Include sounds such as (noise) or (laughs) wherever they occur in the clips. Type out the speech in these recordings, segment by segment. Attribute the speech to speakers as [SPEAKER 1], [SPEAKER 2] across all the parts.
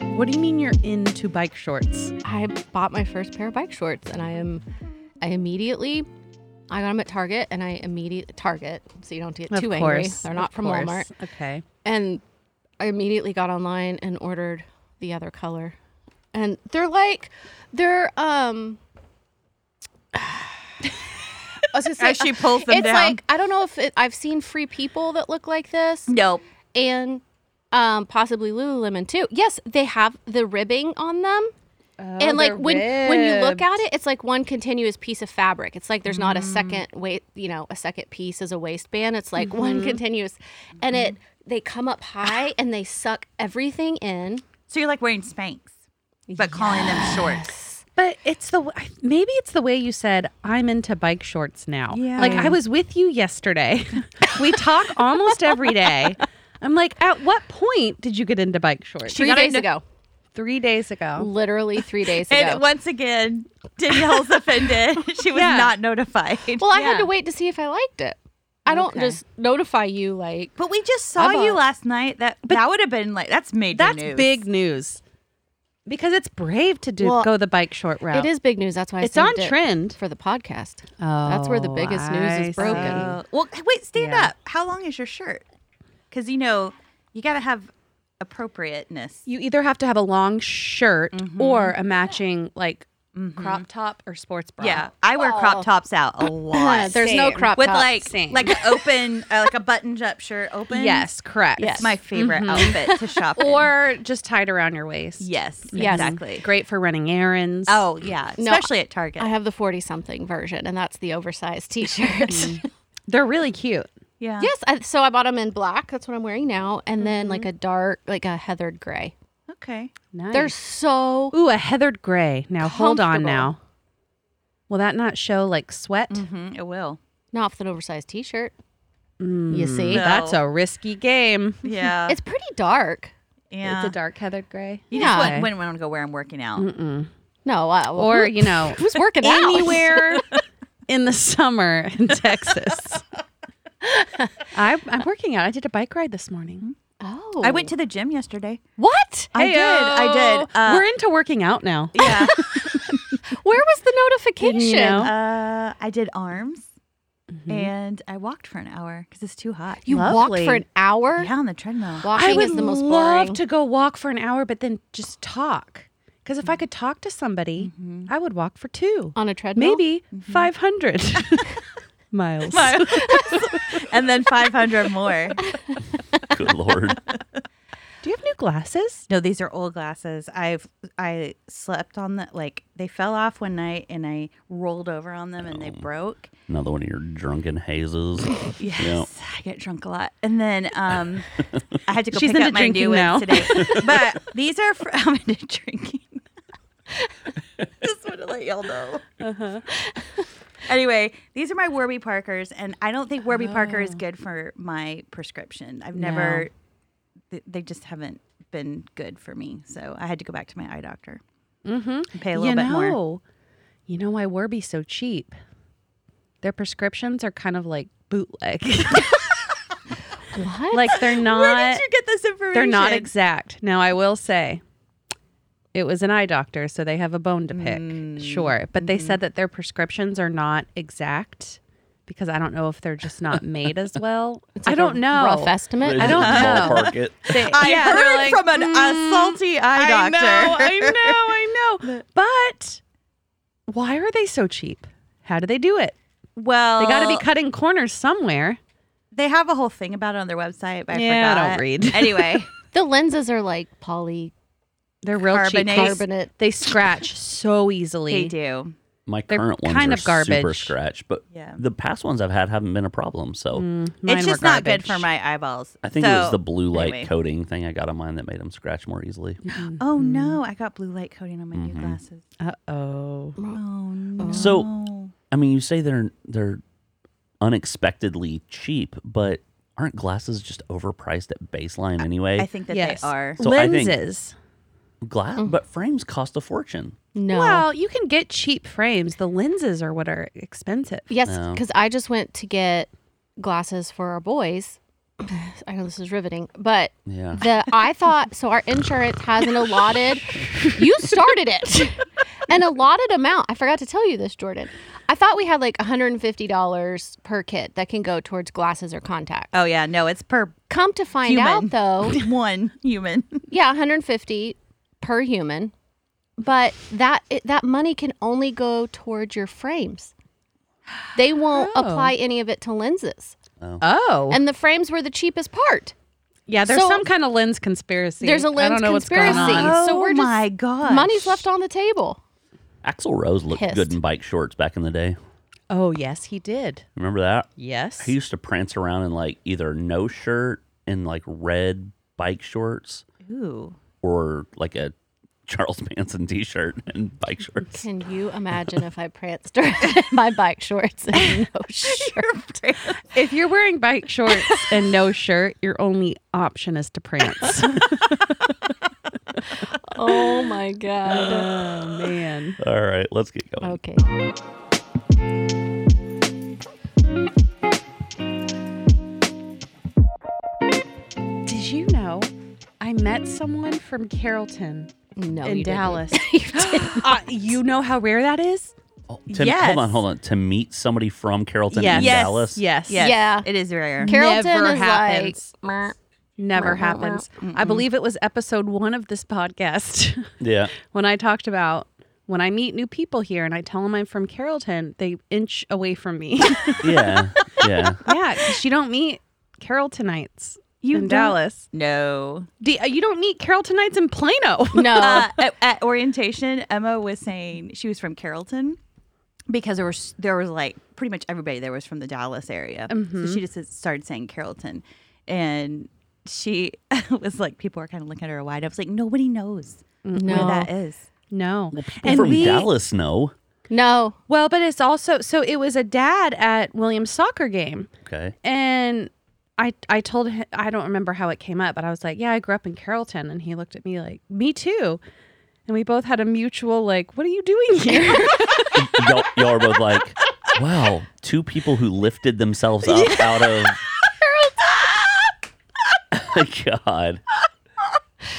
[SPEAKER 1] What do you mean you're into bike shorts?
[SPEAKER 2] I bought my first pair of bike shorts and I am I immediately I got them at Target and I immediately Target, so you don't get
[SPEAKER 1] Of
[SPEAKER 2] too angry.
[SPEAKER 1] course,
[SPEAKER 2] They're not
[SPEAKER 1] of
[SPEAKER 2] from
[SPEAKER 1] course.
[SPEAKER 2] Walmart.
[SPEAKER 1] Okay.
[SPEAKER 2] And I immediately got online and ordered the other color. And they're like they're um (sighs) I was gonna say,
[SPEAKER 3] As she pulls them
[SPEAKER 2] it's
[SPEAKER 3] down.
[SPEAKER 2] like I don't know if it, I've seen free people that look like this
[SPEAKER 3] nope.
[SPEAKER 2] and um possibly Lululemon too. Yes, they have the ribbing on them
[SPEAKER 1] Oh,
[SPEAKER 2] and like when when you look at it, it's like one continuous piece of fabric. It's like there's not
[SPEAKER 1] Mm.
[SPEAKER 2] a second wait, you know, a second piece as a waistband. It's like
[SPEAKER 1] Mm-hmm.
[SPEAKER 2] one continuous, and it they come up high and they suck everything in.
[SPEAKER 3] So you're like wearing Spanx, but calling them shorts.
[SPEAKER 1] But it's the I- maybe it's the way you said I'm into bike shorts now.
[SPEAKER 3] Yeah.
[SPEAKER 1] Like I was with you yesterday. (laughs) we talk almost every day. I'm like, at what point did you get into bike shorts?
[SPEAKER 2] Three
[SPEAKER 3] got
[SPEAKER 2] days
[SPEAKER 3] into-
[SPEAKER 2] ago,
[SPEAKER 1] Three days ago. (laughs)
[SPEAKER 2] literally three days ago.
[SPEAKER 3] And once again, Danielle's offended. She was not notified.
[SPEAKER 2] well, I had
[SPEAKER 1] yeah.
[SPEAKER 2] to wait to see if I liked it. I don't just notify you like
[SPEAKER 3] but we just saw you
[SPEAKER 2] bought-
[SPEAKER 3] last night. That that would have been like that's major
[SPEAKER 1] That's
[SPEAKER 3] news.
[SPEAKER 1] big news. Because it's brave to do
[SPEAKER 2] Well,
[SPEAKER 1] go the bike short route.
[SPEAKER 2] it is big news. That's why I
[SPEAKER 1] It's on
[SPEAKER 2] saved it
[SPEAKER 1] trend.
[SPEAKER 2] for the podcast. that's where the
[SPEAKER 1] Oh,
[SPEAKER 2] biggest news
[SPEAKER 1] I
[SPEAKER 2] is broken.
[SPEAKER 1] see.
[SPEAKER 3] Uh, well, hey, wait, stand
[SPEAKER 1] Yeah.
[SPEAKER 3] up. How long is your shirt? Because you know you got to have appropriateness.
[SPEAKER 1] you either have to have a long shirt
[SPEAKER 3] Mm-hmm.
[SPEAKER 1] or a matching like crop top or sports bra.
[SPEAKER 3] Yeah, I wear crop tops out a lot.
[SPEAKER 2] There's no
[SPEAKER 1] Same.
[SPEAKER 2] crop
[SPEAKER 3] with
[SPEAKER 2] top.
[SPEAKER 3] like
[SPEAKER 1] Same.
[SPEAKER 3] like an open uh, like a buttoned up shirt open.
[SPEAKER 1] Yes, correct.
[SPEAKER 2] Yes.
[SPEAKER 3] my favorite outfit to shop. in.
[SPEAKER 1] Or just tied around your waist.
[SPEAKER 3] yes,
[SPEAKER 2] Yes.
[SPEAKER 3] exactly.
[SPEAKER 1] Great for running errands.
[SPEAKER 3] Oh yeah,
[SPEAKER 2] No,
[SPEAKER 3] especially at Target.
[SPEAKER 2] I have the 40 something version, and that's the
[SPEAKER 1] (laughs)
[SPEAKER 2] oversized t
[SPEAKER 1] Mm-hmm.
[SPEAKER 2] shirt.
[SPEAKER 1] They're really cute.
[SPEAKER 3] yeah.
[SPEAKER 2] yes. I, so I bought them in black. That's what I'm wearing now. And then
[SPEAKER 1] Mm-hmm.
[SPEAKER 2] like a dark, like a heathered gray.
[SPEAKER 3] Okay.
[SPEAKER 1] Nice.
[SPEAKER 2] They're so.
[SPEAKER 1] Ooh, a heathered gray. Now hold on
[SPEAKER 2] Comfortable.
[SPEAKER 1] now. Will that not show like sweat?
[SPEAKER 3] Mm, it will.
[SPEAKER 2] Not with an oversized t shirt.
[SPEAKER 1] Mm.
[SPEAKER 2] You see?
[SPEAKER 3] No.
[SPEAKER 1] That's a risky game.
[SPEAKER 3] Yeah.
[SPEAKER 2] It's pretty dark.
[SPEAKER 3] yeah.
[SPEAKER 1] It's a dark heathered gray.
[SPEAKER 3] you
[SPEAKER 2] yeah.
[SPEAKER 3] just wouldn't, wouldn't want to go where I'm working out.
[SPEAKER 2] No. I, well,
[SPEAKER 1] Or,
[SPEAKER 2] who-
[SPEAKER 1] you know,
[SPEAKER 2] who's working
[SPEAKER 1] (laughs)
[SPEAKER 2] out? (laughs)
[SPEAKER 1] anywhere in the summer (laughs) in Texas. I, I'm working out. I did a bike ride this morning.
[SPEAKER 2] Oh.
[SPEAKER 3] I went to the gym yesterday.
[SPEAKER 2] What?
[SPEAKER 3] I did. I
[SPEAKER 1] Heyo.
[SPEAKER 3] did. Uh,
[SPEAKER 1] We're into working out now.
[SPEAKER 3] yeah. (laughs)
[SPEAKER 2] Where was the notification?
[SPEAKER 1] Didn't you know?
[SPEAKER 3] Uh, I did arms, Mm-hmm. and I walked for an hour because it's too hot.
[SPEAKER 2] You walked
[SPEAKER 1] Lovely.
[SPEAKER 2] for an hour?
[SPEAKER 3] yeah on the treadmill.
[SPEAKER 2] Walking
[SPEAKER 1] I would
[SPEAKER 2] is the most
[SPEAKER 1] love
[SPEAKER 2] boring.
[SPEAKER 1] to go walk for an hour, but then just talk. Because if I could talk to somebody,
[SPEAKER 3] Mm-hmm.
[SPEAKER 1] I would walk for two,
[SPEAKER 2] on a treadmill?
[SPEAKER 1] maybe (laughs) 500 Mm-hmm. miles.
[SPEAKER 3] and then 500 more. (laughs)
[SPEAKER 4] Good lord.
[SPEAKER 1] (laughs) Do you have new glasses?
[SPEAKER 3] No, these are old glasses. I've I slept on the like they fell off one night and I rolled over on them and they broke.
[SPEAKER 4] Another one of your drunken hazes.
[SPEAKER 3] Yes,
[SPEAKER 4] Yeah.
[SPEAKER 3] I get drunk a lot, and then um, I had to go
[SPEAKER 1] She's
[SPEAKER 3] pick
[SPEAKER 1] into
[SPEAKER 3] up my
[SPEAKER 1] drinking
[SPEAKER 3] new
[SPEAKER 1] now. (laughs)
[SPEAKER 3] ones today. But these are for (laughs) I'm into drinking. (laughs) Just want to let y'all know.
[SPEAKER 1] Uh-huh.
[SPEAKER 3] Anyway, these are my Warby Parkers, and I don't think Warby Parker
[SPEAKER 1] Oh.
[SPEAKER 3] is good for my prescription. I've never, th- they just haven't been good for me. So I had to go back to my eye doctor. Mm-hmm. Pay a little
[SPEAKER 1] you
[SPEAKER 3] bit
[SPEAKER 1] know,
[SPEAKER 3] more.
[SPEAKER 1] you know why Warby's so cheap? Their prescriptions are kind of like bootleg. (laughs)
[SPEAKER 2] What?
[SPEAKER 1] like they're
[SPEAKER 3] (laughs) Where
[SPEAKER 1] not
[SPEAKER 3] did you get this information?
[SPEAKER 1] they're not exact. Now I will say it was an eye doctor, so they have a bone to pick.
[SPEAKER 3] Mm.
[SPEAKER 1] Sure. But they
[SPEAKER 3] Mm-hmm.
[SPEAKER 1] said that their prescriptions are not exact because I don't know if they're just not made
[SPEAKER 3] (laughs)
[SPEAKER 1] as well. I
[SPEAKER 2] Like a
[SPEAKER 1] don't know.
[SPEAKER 2] Rough
[SPEAKER 1] (laughs)
[SPEAKER 2] estimate?
[SPEAKER 1] I don't know.
[SPEAKER 4] Ballpark it.
[SPEAKER 1] They-
[SPEAKER 3] (laughs) I
[SPEAKER 1] yeah, they're
[SPEAKER 3] heard
[SPEAKER 1] like,
[SPEAKER 3] from an, a
[SPEAKER 1] "Mm,
[SPEAKER 3] salty eye
[SPEAKER 1] I know,
[SPEAKER 3] doctor.
[SPEAKER 1] I know, (laughs) I know. But why are they so cheap? How do they do it?
[SPEAKER 3] Well,
[SPEAKER 1] They got to
[SPEAKER 3] Uh,
[SPEAKER 1] be cutting corners somewhere.
[SPEAKER 3] They have a whole thing about it on their website, but I
[SPEAKER 1] Yeah, I
[SPEAKER 3] forgot.
[SPEAKER 1] don't read.
[SPEAKER 3] (laughs) Anyway,
[SPEAKER 2] The lenses are like poly
[SPEAKER 1] They're real cheap.
[SPEAKER 3] Carbonate.
[SPEAKER 1] They-
[SPEAKER 2] carbonate.
[SPEAKER 1] They scratch so easily.
[SPEAKER 3] they do.
[SPEAKER 4] My
[SPEAKER 1] They're
[SPEAKER 4] current ones
[SPEAKER 1] kind
[SPEAKER 4] are
[SPEAKER 1] of garbage.
[SPEAKER 4] super scratch, but
[SPEAKER 3] Yeah.
[SPEAKER 4] the past ones I've had haven't been a problem. So
[SPEAKER 1] Mine
[SPEAKER 3] it's
[SPEAKER 1] were
[SPEAKER 3] just not good
[SPEAKER 1] garbage.
[SPEAKER 3] for my eyeballs.
[SPEAKER 4] I think it
[SPEAKER 3] So-
[SPEAKER 4] was the blue light
[SPEAKER 3] anyway.
[SPEAKER 4] coating thing I got on mine that made them scratch more easily.
[SPEAKER 3] Oh no, I got blue light coating on my new
[SPEAKER 4] Mm-hmm.
[SPEAKER 3] glasses.
[SPEAKER 1] Uh oh.
[SPEAKER 3] Oh no.
[SPEAKER 4] So- I mean, you say they're they're unexpectedly cheap, but aren't glasses just overpriced at baseline anyway?
[SPEAKER 3] I think that
[SPEAKER 1] Yes.
[SPEAKER 3] they are.
[SPEAKER 4] So I think-
[SPEAKER 1] Lenses.
[SPEAKER 4] Glass,
[SPEAKER 1] Mm.
[SPEAKER 4] but frames cost a fortune.
[SPEAKER 2] No.
[SPEAKER 1] Well, you can get cheap frames. The lenses are what are expensive.
[SPEAKER 2] Yes,
[SPEAKER 4] No.
[SPEAKER 2] because I just went to get glasses for our boys (clears throat) I know this is riveting, but
[SPEAKER 1] (laughs)
[SPEAKER 4] Yeah.
[SPEAKER 2] the I thought so our insurance has an allotted you started it. An allotted amount. I forgot to tell you this, Jordan. I thought we had like $150 per kit that can go towards glasses or contacts.
[SPEAKER 3] Oh yeah, no, it's (laughs) per
[SPEAKER 2] Come to find
[SPEAKER 3] human
[SPEAKER 2] out though,
[SPEAKER 3] one (laughs) human.
[SPEAKER 2] yeah, 150 per human. But that it, that money can only go towards your frames. They won't
[SPEAKER 1] Oh.
[SPEAKER 2] apply any of it to lenses.
[SPEAKER 1] Oh,
[SPEAKER 2] And the frames were the cheapest part.
[SPEAKER 1] yeah. There's
[SPEAKER 2] so-
[SPEAKER 1] some kind of lens conspiracy.
[SPEAKER 2] There's a
[SPEAKER 1] I
[SPEAKER 2] lens
[SPEAKER 1] don't know What's
[SPEAKER 2] conspiracy.
[SPEAKER 1] going on.
[SPEAKER 2] So we're
[SPEAKER 3] oh
[SPEAKER 2] just-
[SPEAKER 3] my god,
[SPEAKER 2] Money's left on the table.
[SPEAKER 4] Axel Rose looked
[SPEAKER 2] Pissed.
[SPEAKER 4] good in bike shorts back in the day.
[SPEAKER 1] Oh yes, he did.
[SPEAKER 4] Remember that?
[SPEAKER 1] Yes.
[SPEAKER 4] He used to prance around in like either no shirt and like red bike shorts
[SPEAKER 3] (laughs) Ooh,
[SPEAKER 4] or like a (laughs) Charles Manson t shirt and
[SPEAKER 2] (laughs)
[SPEAKER 4] bike shorts.
[SPEAKER 2] Can you imagine if I pranced (laughs) around in my bike shorts (laughs) and no shirt?
[SPEAKER 1] if you're wearing bike shorts and no shirt, your only option is to prance.
[SPEAKER 2] Oh my god.
[SPEAKER 1] oh man.
[SPEAKER 4] All right, let's get going.
[SPEAKER 2] Okay.
[SPEAKER 1] Did you know I met someone from Carrollton
[SPEAKER 2] No.
[SPEAKER 1] in
[SPEAKER 2] you didn't.
[SPEAKER 1] Dallas?
[SPEAKER 2] (laughs)
[SPEAKER 1] (laughs)
[SPEAKER 2] You didn't.
[SPEAKER 1] Uh, you know how rare that is?
[SPEAKER 4] Oh, to-
[SPEAKER 3] Yes.
[SPEAKER 4] Hold on, hold on. To meet somebody from Carrollton
[SPEAKER 1] Yes.
[SPEAKER 4] in
[SPEAKER 1] Yes.
[SPEAKER 4] Dallas.
[SPEAKER 1] Yes.
[SPEAKER 3] yes,
[SPEAKER 2] Yeah.
[SPEAKER 3] it is rare.
[SPEAKER 2] Carrollton
[SPEAKER 1] Never
[SPEAKER 2] is
[SPEAKER 1] happens.
[SPEAKER 2] like "Meh."
[SPEAKER 1] Never
[SPEAKER 2] Mm-mm.
[SPEAKER 1] happens. I believe it was episode one of this podcast (laughs)
[SPEAKER 4] Yeah.
[SPEAKER 1] when I talked about when I meet new people here and I tell them I'm from Carrollton, they inch away from (laughs) me.
[SPEAKER 4] Yeah. Yeah.
[SPEAKER 1] yeah, 'cause you don't meet Carrolltonites
[SPEAKER 3] You
[SPEAKER 1] in
[SPEAKER 3] don't-
[SPEAKER 1] Dallas.
[SPEAKER 3] No.
[SPEAKER 1] D- uh, you don't meet Carrolltonites in Plano.
[SPEAKER 2] No. (laughs)
[SPEAKER 3] Uh, at, at orientation, Emma was saying she was from Carrollton because there was there was like pretty much everybody there was from the Dallas area. So she just started saying Carrollton, and she (laughs) was like, people are kind of looking at her wide. I was like, nobody knows where
[SPEAKER 2] No.
[SPEAKER 3] that is.
[SPEAKER 1] (laughs) no.
[SPEAKER 4] People from Dallas know.
[SPEAKER 2] No.
[SPEAKER 1] Well, but it's also so it was a dad at Williams soccer game,
[SPEAKER 4] Okay.
[SPEAKER 1] and I I told him I don't remember how it came up, but I was like, yeah, I grew up in Carrollton, and he looked at me like, me too, and we both had a mutual like, what are you doing (laughs) here?
[SPEAKER 4] y'all, y'all are both like, wow, two people who lifted themselves up out of. (laughs) God.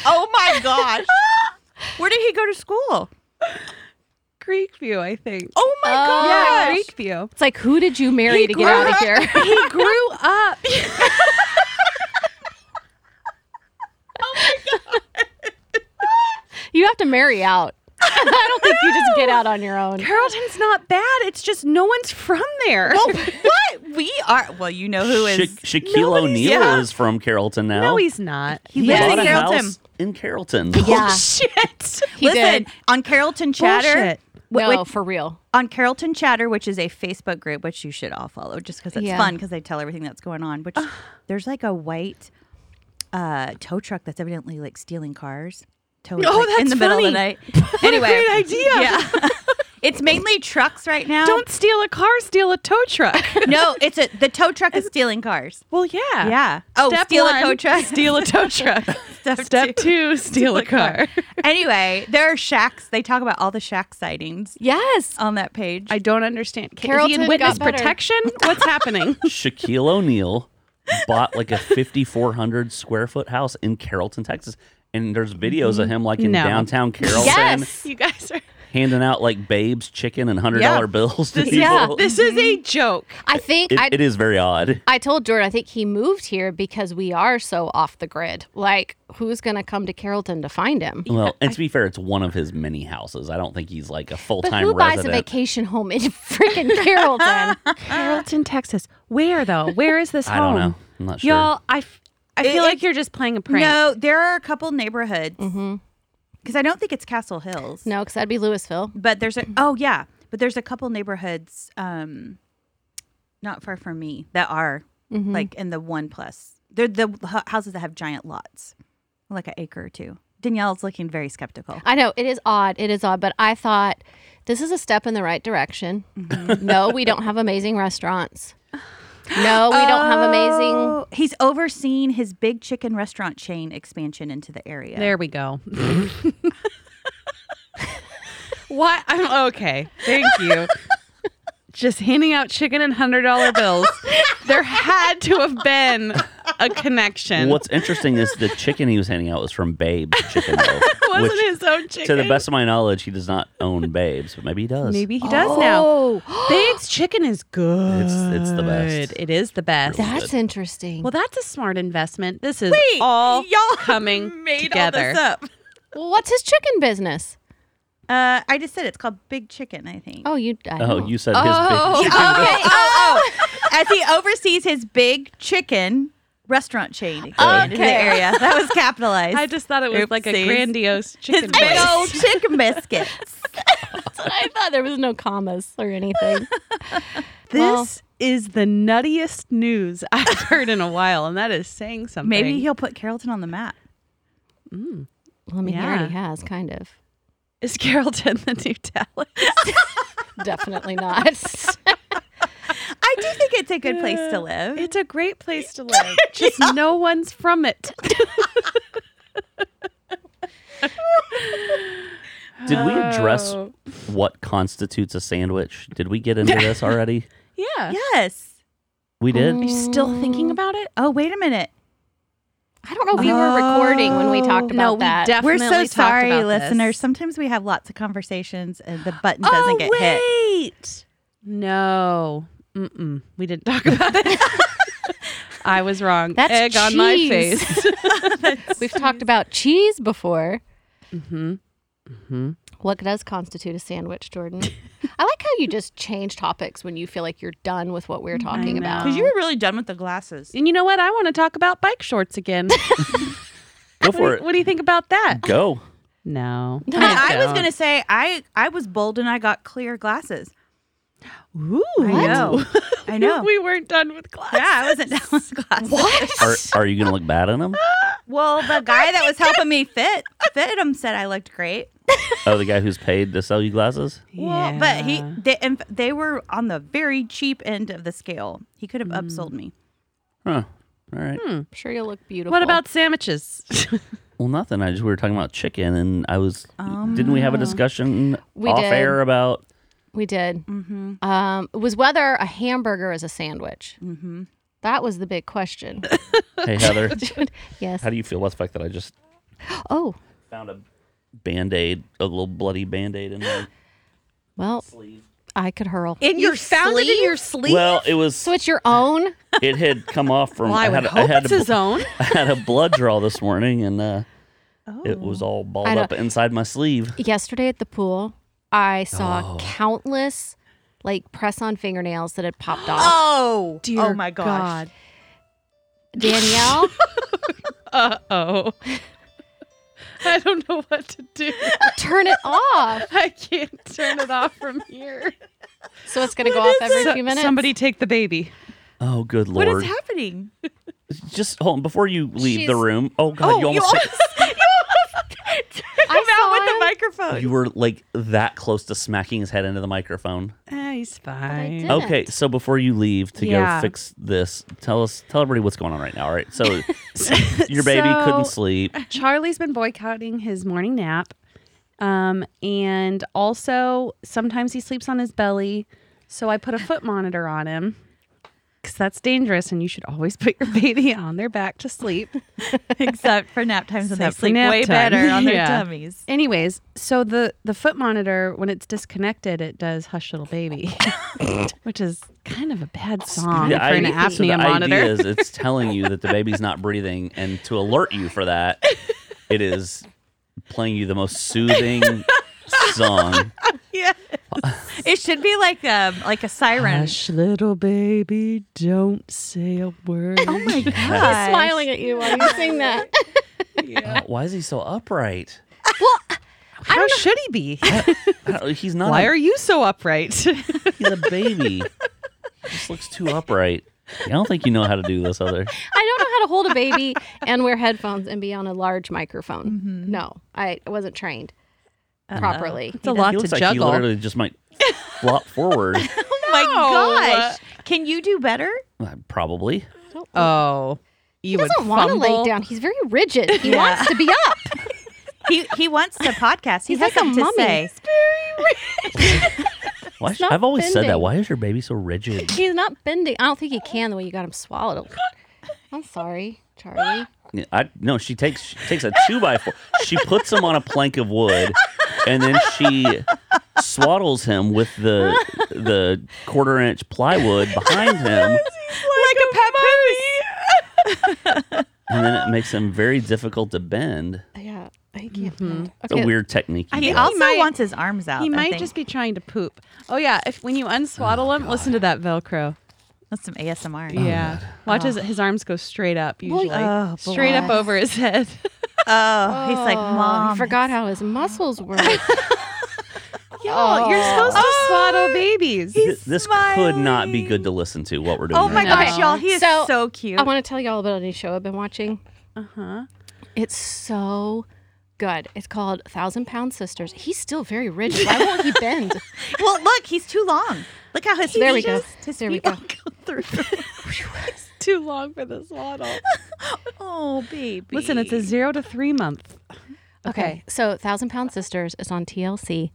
[SPEAKER 3] Oh my gosh. (laughs) Where did he go to school?
[SPEAKER 1] Creekview, I think.
[SPEAKER 3] Oh my
[SPEAKER 2] Oh.
[SPEAKER 1] yeah, Creekview.
[SPEAKER 2] It's like who did you marry
[SPEAKER 1] He
[SPEAKER 2] to
[SPEAKER 1] grew
[SPEAKER 2] get out of here?
[SPEAKER 1] He grew up.
[SPEAKER 2] you have to marry out. (laughs) I don't think you just get out on your (laughs) own.
[SPEAKER 1] Carrollton's not bad. It's just no one's from there.
[SPEAKER 3] Oh, what? We are well, you know who is
[SPEAKER 4] Sha- Shaquille
[SPEAKER 3] Nobody's-
[SPEAKER 4] O'Neal
[SPEAKER 3] yeah.
[SPEAKER 4] is from Carrollton now.
[SPEAKER 1] no, he's not.
[SPEAKER 3] He
[SPEAKER 4] He
[SPEAKER 3] lives
[SPEAKER 4] bought
[SPEAKER 3] in
[SPEAKER 4] a
[SPEAKER 3] Carrollton.
[SPEAKER 4] house in Carrollton.
[SPEAKER 2] Yeah.
[SPEAKER 3] Shit.
[SPEAKER 2] He
[SPEAKER 3] Listen,
[SPEAKER 2] did.
[SPEAKER 3] on Carrollton Chatter.
[SPEAKER 1] Bullshit.
[SPEAKER 3] wh-
[SPEAKER 2] No,
[SPEAKER 3] which-
[SPEAKER 2] for real.
[SPEAKER 3] on Carrollton Chatter, which is a Facebook group, which you should all follow just because it's
[SPEAKER 2] Yeah.
[SPEAKER 3] fun because they tell everything that's going on. Which there's like a white uh, tow truck that's evidently like stealing cars. Towing,
[SPEAKER 1] Oh,
[SPEAKER 3] like, in
[SPEAKER 1] that's
[SPEAKER 3] the middle
[SPEAKER 1] funny. (laughs)
[SPEAKER 3] of the night.
[SPEAKER 1] a
[SPEAKER 3] anyway,
[SPEAKER 1] great idea. (laughs)
[SPEAKER 3] Yeah. it's mainly trucks right now.
[SPEAKER 1] Don't steal a car, steal a tow truck.
[SPEAKER 3] (laughs) no, it's a the tow truck is stealing cars.
[SPEAKER 1] well, yeah.
[SPEAKER 3] Yeah. Oh,
[SPEAKER 1] Step
[SPEAKER 3] steal
[SPEAKER 1] one,
[SPEAKER 3] a tow truck.
[SPEAKER 1] Steal a tow truck.
[SPEAKER 3] (laughs) Step
[SPEAKER 1] Step two, steal a car.
[SPEAKER 3] anyway, there are shacks. They talk about all the shack sightings
[SPEAKER 2] Yes.
[SPEAKER 3] on that page.
[SPEAKER 1] I don't understand. Ca- Is he
[SPEAKER 2] Carrollton
[SPEAKER 1] in witness
[SPEAKER 2] got better.
[SPEAKER 1] protection? What's happening?
[SPEAKER 4] (laughs) Shaquille O'Neal bought like a 5,400 square foot house in Carrollton, Texas. And there's videos of him like in
[SPEAKER 1] No.
[SPEAKER 4] downtown Carrollton
[SPEAKER 2] Yes.
[SPEAKER 1] you guys are.
[SPEAKER 4] handing out like babes, chicken, and $100
[SPEAKER 3] Yeah.
[SPEAKER 4] bills to people.
[SPEAKER 2] Yeah.
[SPEAKER 1] (laughs) This is a joke.
[SPEAKER 2] I think
[SPEAKER 4] It-
[SPEAKER 2] I,
[SPEAKER 4] it is very odd.
[SPEAKER 2] I told Jordan, I think he moved here because we are so off the grid. Like, who's going to come to Carrollton to find him?
[SPEAKER 4] Well, and to be fair, it's one of his many houses. I don't think he's like a full
[SPEAKER 2] But
[SPEAKER 4] time
[SPEAKER 2] who buys
[SPEAKER 4] resident.
[SPEAKER 2] a vacation home (laughs) in freaking Carrollton?
[SPEAKER 1] Carrollton, Texas. Where though? Where is this
[SPEAKER 4] I don't
[SPEAKER 1] home?
[SPEAKER 4] know. I'm not sure.
[SPEAKER 1] Y'all, I, f- I
[SPEAKER 3] It-
[SPEAKER 1] feel like
[SPEAKER 3] it-
[SPEAKER 1] you're just playing a prank.
[SPEAKER 3] No, there are a couple neighborhoods. Because I don't think it's Castle
[SPEAKER 2] (laughs)
[SPEAKER 3] Hills.
[SPEAKER 2] no, because that'd be Louisville.
[SPEAKER 3] But there's a, oh, yeah. But there's a couple neighborhoods um, not far from me that are like in the one plus. They're the h- houses that have giant lots, like an acre or two. Danielle's looking very skeptical.
[SPEAKER 2] I know it is odd. It is odd, but I thought this is a step in the right direction. no, we don't have amazing restaurants. No, we don't have amazing.
[SPEAKER 3] Oh, He's overseeing his big chicken restaurant chain expansion into the area.
[SPEAKER 1] There we go. (laughs) what? I'm okay. Thank you. Just handing out chicken and hundred dollar bills. There had to have been a connection.
[SPEAKER 4] What's interesting is the chicken he was handing out was from Babe's chicken. Though,
[SPEAKER 1] wasn't
[SPEAKER 4] which,
[SPEAKER 1] his own chicken?
[SPEAKER 4] (laughs) to the best of my knowledge, he does not own Babe's, but maybe he does.
[SPEAKER 1] Maybe he does now.
[SPEAKER 2] Oh.
[SPEAKER 1] Oh. (gasps) Babe's chicken is good.
[SPEAKER 4] It's- it's the best.
[SPEAKER 1] It is the best.
[SPEAKER 4] Really.
[SPEAKER 2] That's interesting.
[SPEAKER 1] well, that's a smart investment. This is
[SPEAKER 3] Wait,
[SPEAKER 1] all
[SPEAKER 3] y'all (laughs)
[SPEAKER 1] coming
[SPEAKER 3] made
[SPEAKER 1] together.
[SPEAKER 3] all this up.
[SPEAKER 2] Well, what's his chicken business?
[SPEAKER 3] Uh, I just said it's called Big Chicken, I think.
[SPEAKER 2] Oh, you. I
[SPEAKER 4] Oh,
[SPEAKER 2] don't-
[SPEAKER 4] you said his big chicken.
[SPEAKER 3] Okay. oh, oh. As he oversees his Big Chicken restaurant chain expanded in the
[SPEAKER 2] Okay.
[SPEAKER 3] area. That was capitalized.
[SPEAKER 1] I just thought it was like a
[SPEAKER 3] Oopsies.
[SPEAKER 1] grandiose
[SPEAKER 3] his
[SPEAKER 1] chicken.
[SPEAKER 3] big
[SPEAKER 1] business.
[SPEAKER 3] old chicken biscuits.
[SPEAKER 2] (laughs) I thought there was no commas or (laughs) anything.
[SPEAKER 1] This
[SPEAKER 2] Well-
[SPEAKER 1] is the nuttiest news (laughs) I've heard in a while, and that is saying something.
[SPEAKER 3] Maybe he'll put Carrollton on the map.
[SPEAKER 2] Well, I mean, he
[SPEAKER 1] Yeah.
[SPEAKER 2] already has, kind of.
[SPEAKER 1] is Carrollton the new Dallas.
[SPEAKER 2] Definitely (laughs) not.
[SPEAKER 3] I do think it's a good place to
[SPEAKER 1] (laughs)
[SPEAKER 3] live.
[SPEAKER 1] It's a great place to (laughs) live. Just no one's from it.
[SPEAKER 4] Did we address
[SPEAKER 1] Oh.
[SPEAKER 4] what constitutes a sandwich? Did we get into this already?
[SPEAKER 1] Yeah.
[SPEAKER 3] yes.
[SPEAKER 2] (laughs)
[SPEAKER 4] We did.
[SPEAKER 1] Are you still thinking about it?
[SPEAKER 3] Oh, wait a minute.
[SPEAKER 2] I
[SPEAKER 1] Oh,
[SPEAKER 2] don't know. We were recording when Oh, we talked about
[SPEAKER 1] no,
[SPEAKER 2] that.
[SPEAKER 1] we definitely.
[SPEAKER 3] We're so
[SPEAKER 1] talked
[SPEAKER 3] sorry,
[SPEAKER 1] about
[SPEAKER 3] listeners.
[SPEAKER 1] This.
[SPEAKER 3] Sometimes we have lots of conversations and the button doesn't
[SPEAKER 1] Oh
[SPEAKER 3] get hit.
[SPEAKER 1] wait, no, Mm-mm. we didn't talk about (laughs) it. I was wrong.
[SPEAKER 2] That's
[SPEAKER 1] Egg on my
[SPEAKER 2] cheese.
[SPEAKER 1] face. (laughs)
[SPEAKER 2] We've talked about cheese before. Mm-hmm.
[SPEAKER 1] Mhm. Mhm.
[SPEAKER 2] What does constitute a sandwich, (laughs) Jordan? I like how you just change topics when you feel like you're done with what we are talking about.
[SPEAKER 1] know.
[SPEAKER 3] Because you were really done with the glasses.
[SPEAKER 1] And you know what? I want to talk about bike shorts again.
[SPEAKER 4] Go
[SPEAKER 1] what,
[SPEAKER 4] for
[SPEAKER 1] do
[SPEAKER 2] (laughs)
[SPEAKER 4] it.
[SPEAKER 1] you, what do you think about that?
[SPEAKER 4] Go.
[SPEAKER 1] (laughs) No.
[SPEAKER 3] I, I was
[SPEAKER 1] don't.
[SPEAKER 3] gonna say I I was bold and I got clear glasses.
[SPEAKER 1] Ooh. (laughs)
[SPEAKER 3] I know. I know.
[SPEAKER 1] we weren't done with class.
[SPEAKER 3] yeah, I wasn't down with glasses. What?
[SPEAKER 4] Are, are you gonna look bad in them?
[SPEAKER 3] Well, the guy that was helping me fit fit him said I looked great.
[SPEAKER 4] Oh, the guy who's paid to sell you glasses.
[SPEAKER 3] Well, but he they, in f- they were on the very cheap end of the scale. He could have upsold me.
[SPEAKER 4] Huh. All right.
[SPEAKER 2] I'm sure you'll look beautiful.
[SPEAKER 1] What about sandwiches?
[SPEAKER 4] Well, nothing. I just we were talking about chicken, and I was. didn't we have a discussion
[SPEAKER 2] Um, We
[SPEAKER 4] off
[SPEAKER 2] did. (laughs)
[SPEAKER 4] air about?
[SPEAKER 2] We did. Mm-hmm. Um, it was whether a hamburger is a sandwich. Mm-hmm. That was the big question.
[SPEAKER 4] Hey Heather,
[SPEAKER 2] (laughs) yes.
[SPEAKER 4] how do you feel about the fact that I just
[SPEAKER 2] oh,
[SPEAKER 4] found a band aid, a little bloody band aid in my
[SPEAKER 2] well,
[SPEAKER 4] sleeve?
[SPEAKER 2] I could hurl.
[SPEAKER 1] (laughs) In
[SPEAKER 3] your sleeve?
[SPEAKER 1] sleep?
[SPEAKER 4] Well, it was.
[SPEAKER 2] so it's
[SPEAKER 3] (laughs)
[SPEAKER 2] your own.
[SPEAKER 4] It had come off from.
[SPEAKER 1] Well, I would
[SPEAKER 4] had,
[SPEAKER 1] hope
[SPEAKER 4] had
[SPEAKER 1] it's
[SPEAKER 4] a,
[SPEAKER 1] his (laughs)
[SPEAKER 4] bl-
[SPEAKER 1] own.
[SPEAKER 4] I had a blood draw this morning, and uh, it was all balled
[SPEAKER 2] I know.
[SPEAKER 4] up inside my sleeve.
[SPEAKER 2] Yesterday at the pool, I
[SPEAKER 3] Oh.
[SPEAKER 2] saw countless like press-on fingernails that had
[SPEAKER 3] (gasps)
[SPEAKER 2] popped off.
[SPEAKER 3] Oh,
[SPEAKER 1] Dear
[SPEAKER 3] oh my gosh.
[SPEAKER 1] God.
[SPEAKER 2] Danielle,
[SPEAKER 3] (laughs)
[SPEAKER 1] Uh oh. (laughs) I don't know what to do. (laughs)
[SPEAKER 2] turn it off.
[SPEAKER 1] I can't turn it off from here.
[SPEAKER 2] So it's going to go off every
[SPEAKER 1] So-
[SPEAKER 2] few minutes.
[SPEAKER 1] Somebody take the baby.
[SPEAKER 4] Oh, good
[SPEAKER 3] What
[SPEAKER 4] lord!
[SPEAKER 3] is happening?
[SPEAKER 4] just hold on before you leave the
[SPEAKER 2] She's-
[SPEAKER 4] room. Oh god, you almost. hit-
[SPEAKER 2] I saw
[SPEAKER 3] With the
[SPEAKER 2] him,
[SPEAKER 3] microphone.
[SPEAKER 4] you were like that close to smacking his head into the microphone.
[SPEAKER 1] Eh, he's fine.
[SPEAKER 2] did.
[SPEAKER 4] Okay, so before you leave to
[SPEAKER 1] Yeah.
[SPEAKER 4] go fix this, tell us, tell everybody what's going on right now. All right, so your baby
[SPEAKER 1] So-
[SPEAKER 4] couldn't sleep.
[SPEAKER 1] Charlie's been boycotting his morning nap. Um, and also, sometimes he sleeps on his belly. So I put a foot monitor on him because that's dangerous. And you should always put your (laughs) baby on their back to sleep.
[SPEAKER 3] (laughs) Except for nap times when they
[SPEAKER 1] Except for
[SPEAKER 3] sleep
[SPEAKER 1] nap
[SPEAKER 3] way
[SPEAKER 1] time.
[SPEAKER 3] better on their
[SPEAKER 1] Yeah.
[SPEAKER 3] tummies.
[SPEAKER 1] Anyways, so the, the foot monitor, when it's disconnected, it does Hush Little Baby, (laughs) which is kind of a bad song
[SPEAKER 4] The
[SPEAKER 1] for an
[SPEAKER 4] idea-
[SPEAKER 1] apnea
[SPEAKER 4] so the
[SPEAKER 1] monitor.
[SPEAKER 4] idea
[SPEAKER 1] (laughs)
[SPEAKER 4] is it's telling you that the baby's not breathing, and to alert you for that, it is playing you the most soothing song.
[SPEAKER 3] Yeah. it should be like um like a siren.
[SPEAKER 1] Hush, little baby, don't say a word.
[SPEAKER 3] Oh Gosh.
[SPEAKER 2] smiling at you while you sing
[SPEAKER 3] (laughs)
[SPEAKER 2] that.
[SPEAKER 4] Uh, why is he so upright?
[SPEAKER 1] How should he be?
[SPEAKER 4] I don't- he's not.
[SPEAKER 1] Why
[SPEAKER 4] a-
[SPEAKER 1] are you so (laughs) upright?
[SPEAKER 4] he's a baby. He just looks too upright. I don't think you know how to do this, other.
[SPEAKER 2] I don't know how to hold a baby and wear headphones and be on a large microphone.
[SPEAKER 3] Mm-hmm.
[SPEAKER 2] No, I wasn't trained properly.
[SPEAKER 1] It's a lot
[SPEAKER 4] He
[SPEAKER 1] to
[SPEAKER 4] looks like
[SPEAKER 1] juggle.
[SPEAKER 4] he literally just might flop
[SPEAKER 1] (laughs)
[SPEAKER 4] forward.
[SPEAKER 3] Oh my gosh. Can you do better?
[SPEAKER 4] Uh, Probably.
[SPEAKER 1] oh, you
[SPEAKER 2] He
[SPEAKER 1] would
[SPEAKER 2] doesn't want to lay
[SPEAKER 1] fumble.
[SPEAKER 2] down. He's very rigid. He (laughs) wants to be up.
[SPEAKER 3] He he wants to podcast. He
[SPEAKER 2] He's like
[SPEAKER 3] has
[SPEAKER 2] a
[SPEAKER 3] something to
[SPEAKER 2] mummy.
[SPEAKER 3] say.
[SPEAKER 4] Why
[SPEAKER 2] not
[SPEAKER 4] I've always said that.
[SPEAKER 2] bending.
[SPEAKER 4] Why is your baby so
[SPEAKER 2] (laughs)
[SPEAKER 4] rigid?
[SPEAKER 2] He's not bending. I don't think he can the way you got him swallowed. I'm sorry, (gasps) Charlie.
[SPEAKER 4] Yeah, I no, she takes she takes a two by four. She puts him on a plank of wood, and then she swaddles him with the the quarter inch plywood
[SPEAKER 3] (laughs)
[SPEAKER 4] behind him,
[SPEAKER 1] like a papoose.
[SPEAKER 4] and then it makes him very difficult to bend.
[SPEAKER 2] Yeah, I can't. bend.
[SPEAKER 4] It's a weird technique. you
[SPEAKER 3] He
[SPEAKER 4] got.
[SPEAKER 3] also
[SPEAKER 1] might-
[SPEAKER 3] wants his arms out.
[SPEAKER 1] He
[SPEAKER 3] I
[SPEAKER 1] might
[SPEAKER 3] think.
[SPEAKER 1] just be trying to poop. Oh yeah, if when you unswaddle him, listen to that Velcro.
[SPEAKER 3] That's some ASMR.
[SPEAKER 1] yeah, watch his his arms go straight up
[SPEAKER 2] Well,
[SPEAKER 1] usually,
[SPEAKER 3] oh,
[SPEAKER 1] straight up
[SPEAKER 2] boy.
[SPEAKER 1] over his (laughs) head.
[SPEAKER 3] Oh, he's like,
[SPEAKER 2] Oh,
[SPEAKER 3] mom.
[SPEAKER 2] I forgot how his (laughs) muscles work.
[SPEAKER 1] Y'all, Oh, you're supposed to swaddle babies. (laughs)
[SPEAKER 4] Th- this could not be good to listen to. What we're doing.
[SPEAKER 3] Oh my
[SPEAKER 4] right
[SPEAKER 1] No.
[SPEAKER 3] gosh, y'all, he is
[SPEAKER 2] So,
[SPEAKER 3] so, cute.
[SPEAKER 2] I want to tell y'all about a new show I've been watching.
[SPEAKER 1] Uh
[SPEAKER 2] Uh-huh.
[SPEAKER 1] huh.
[SPEAKER 2] It's so good. It's called Thousand Pound Sisters. He's still very rigid. Why won't he (laughs) bend?
[SPEAKER 3] well, look, he's too long. Look how his
[SPEAKER 2] There we
[SPEAKER 3] feet
[SPEAKER 2] go.
[SPEAKER 3] just- His
[SPEAKER 2] There we
[SPEAKER 3] feet (laughs)
[SPEAKER 2] go.
[SPEAKER 3] all through. (laughs)
[SPEAKER 1] Too long for the swaddle.
[SPEAKER 3] oh, baby.
[SPEAKER 1] Listen, (laughs) it's a zero to three month. Okay.
[SPEAKER 2] So Thousand Pound Sisters is on TLC.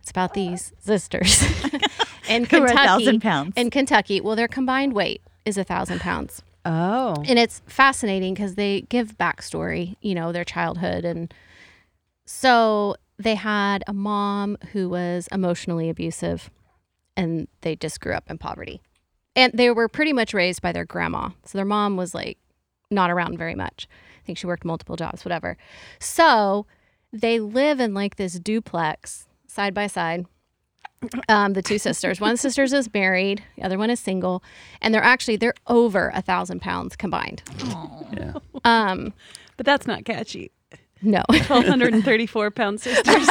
[SPEAKER 2] It's about these
[SPEAKER 3] (laughs)
[SPEAKER 2] sisters (laughs) in
[SPEAKER 3] Who are
[SPEAKER 2] Kentucky.
[SPEAKER 3] 1,000 pounds.
[SPEAKER 2] In Kentucky, well, their combined weight is a thousand pounds.
[SPEAKER 1] Oh.
[SPEAKER 2] and it's fascinating because they give backstory you know their childhood and so they had a mom who was emotionally abusive and they just grew up in poverty and they were pretty much raised by their grandma so their mom was like not around very much i think she worked multiple jobs whatever so they live in like this duplex side by side um, the two sisters. One sister is married, the other one is single, and they're actually they're over a thousand pounds combined.
[SPEAKER 4] Yeah.
[SPEAKER 2] Um,
[SPEAKER 1] But that's not catchy.
[SPEAKER 2] no, (laughs)
[SPEAKER 1] 1,234 pound sisters.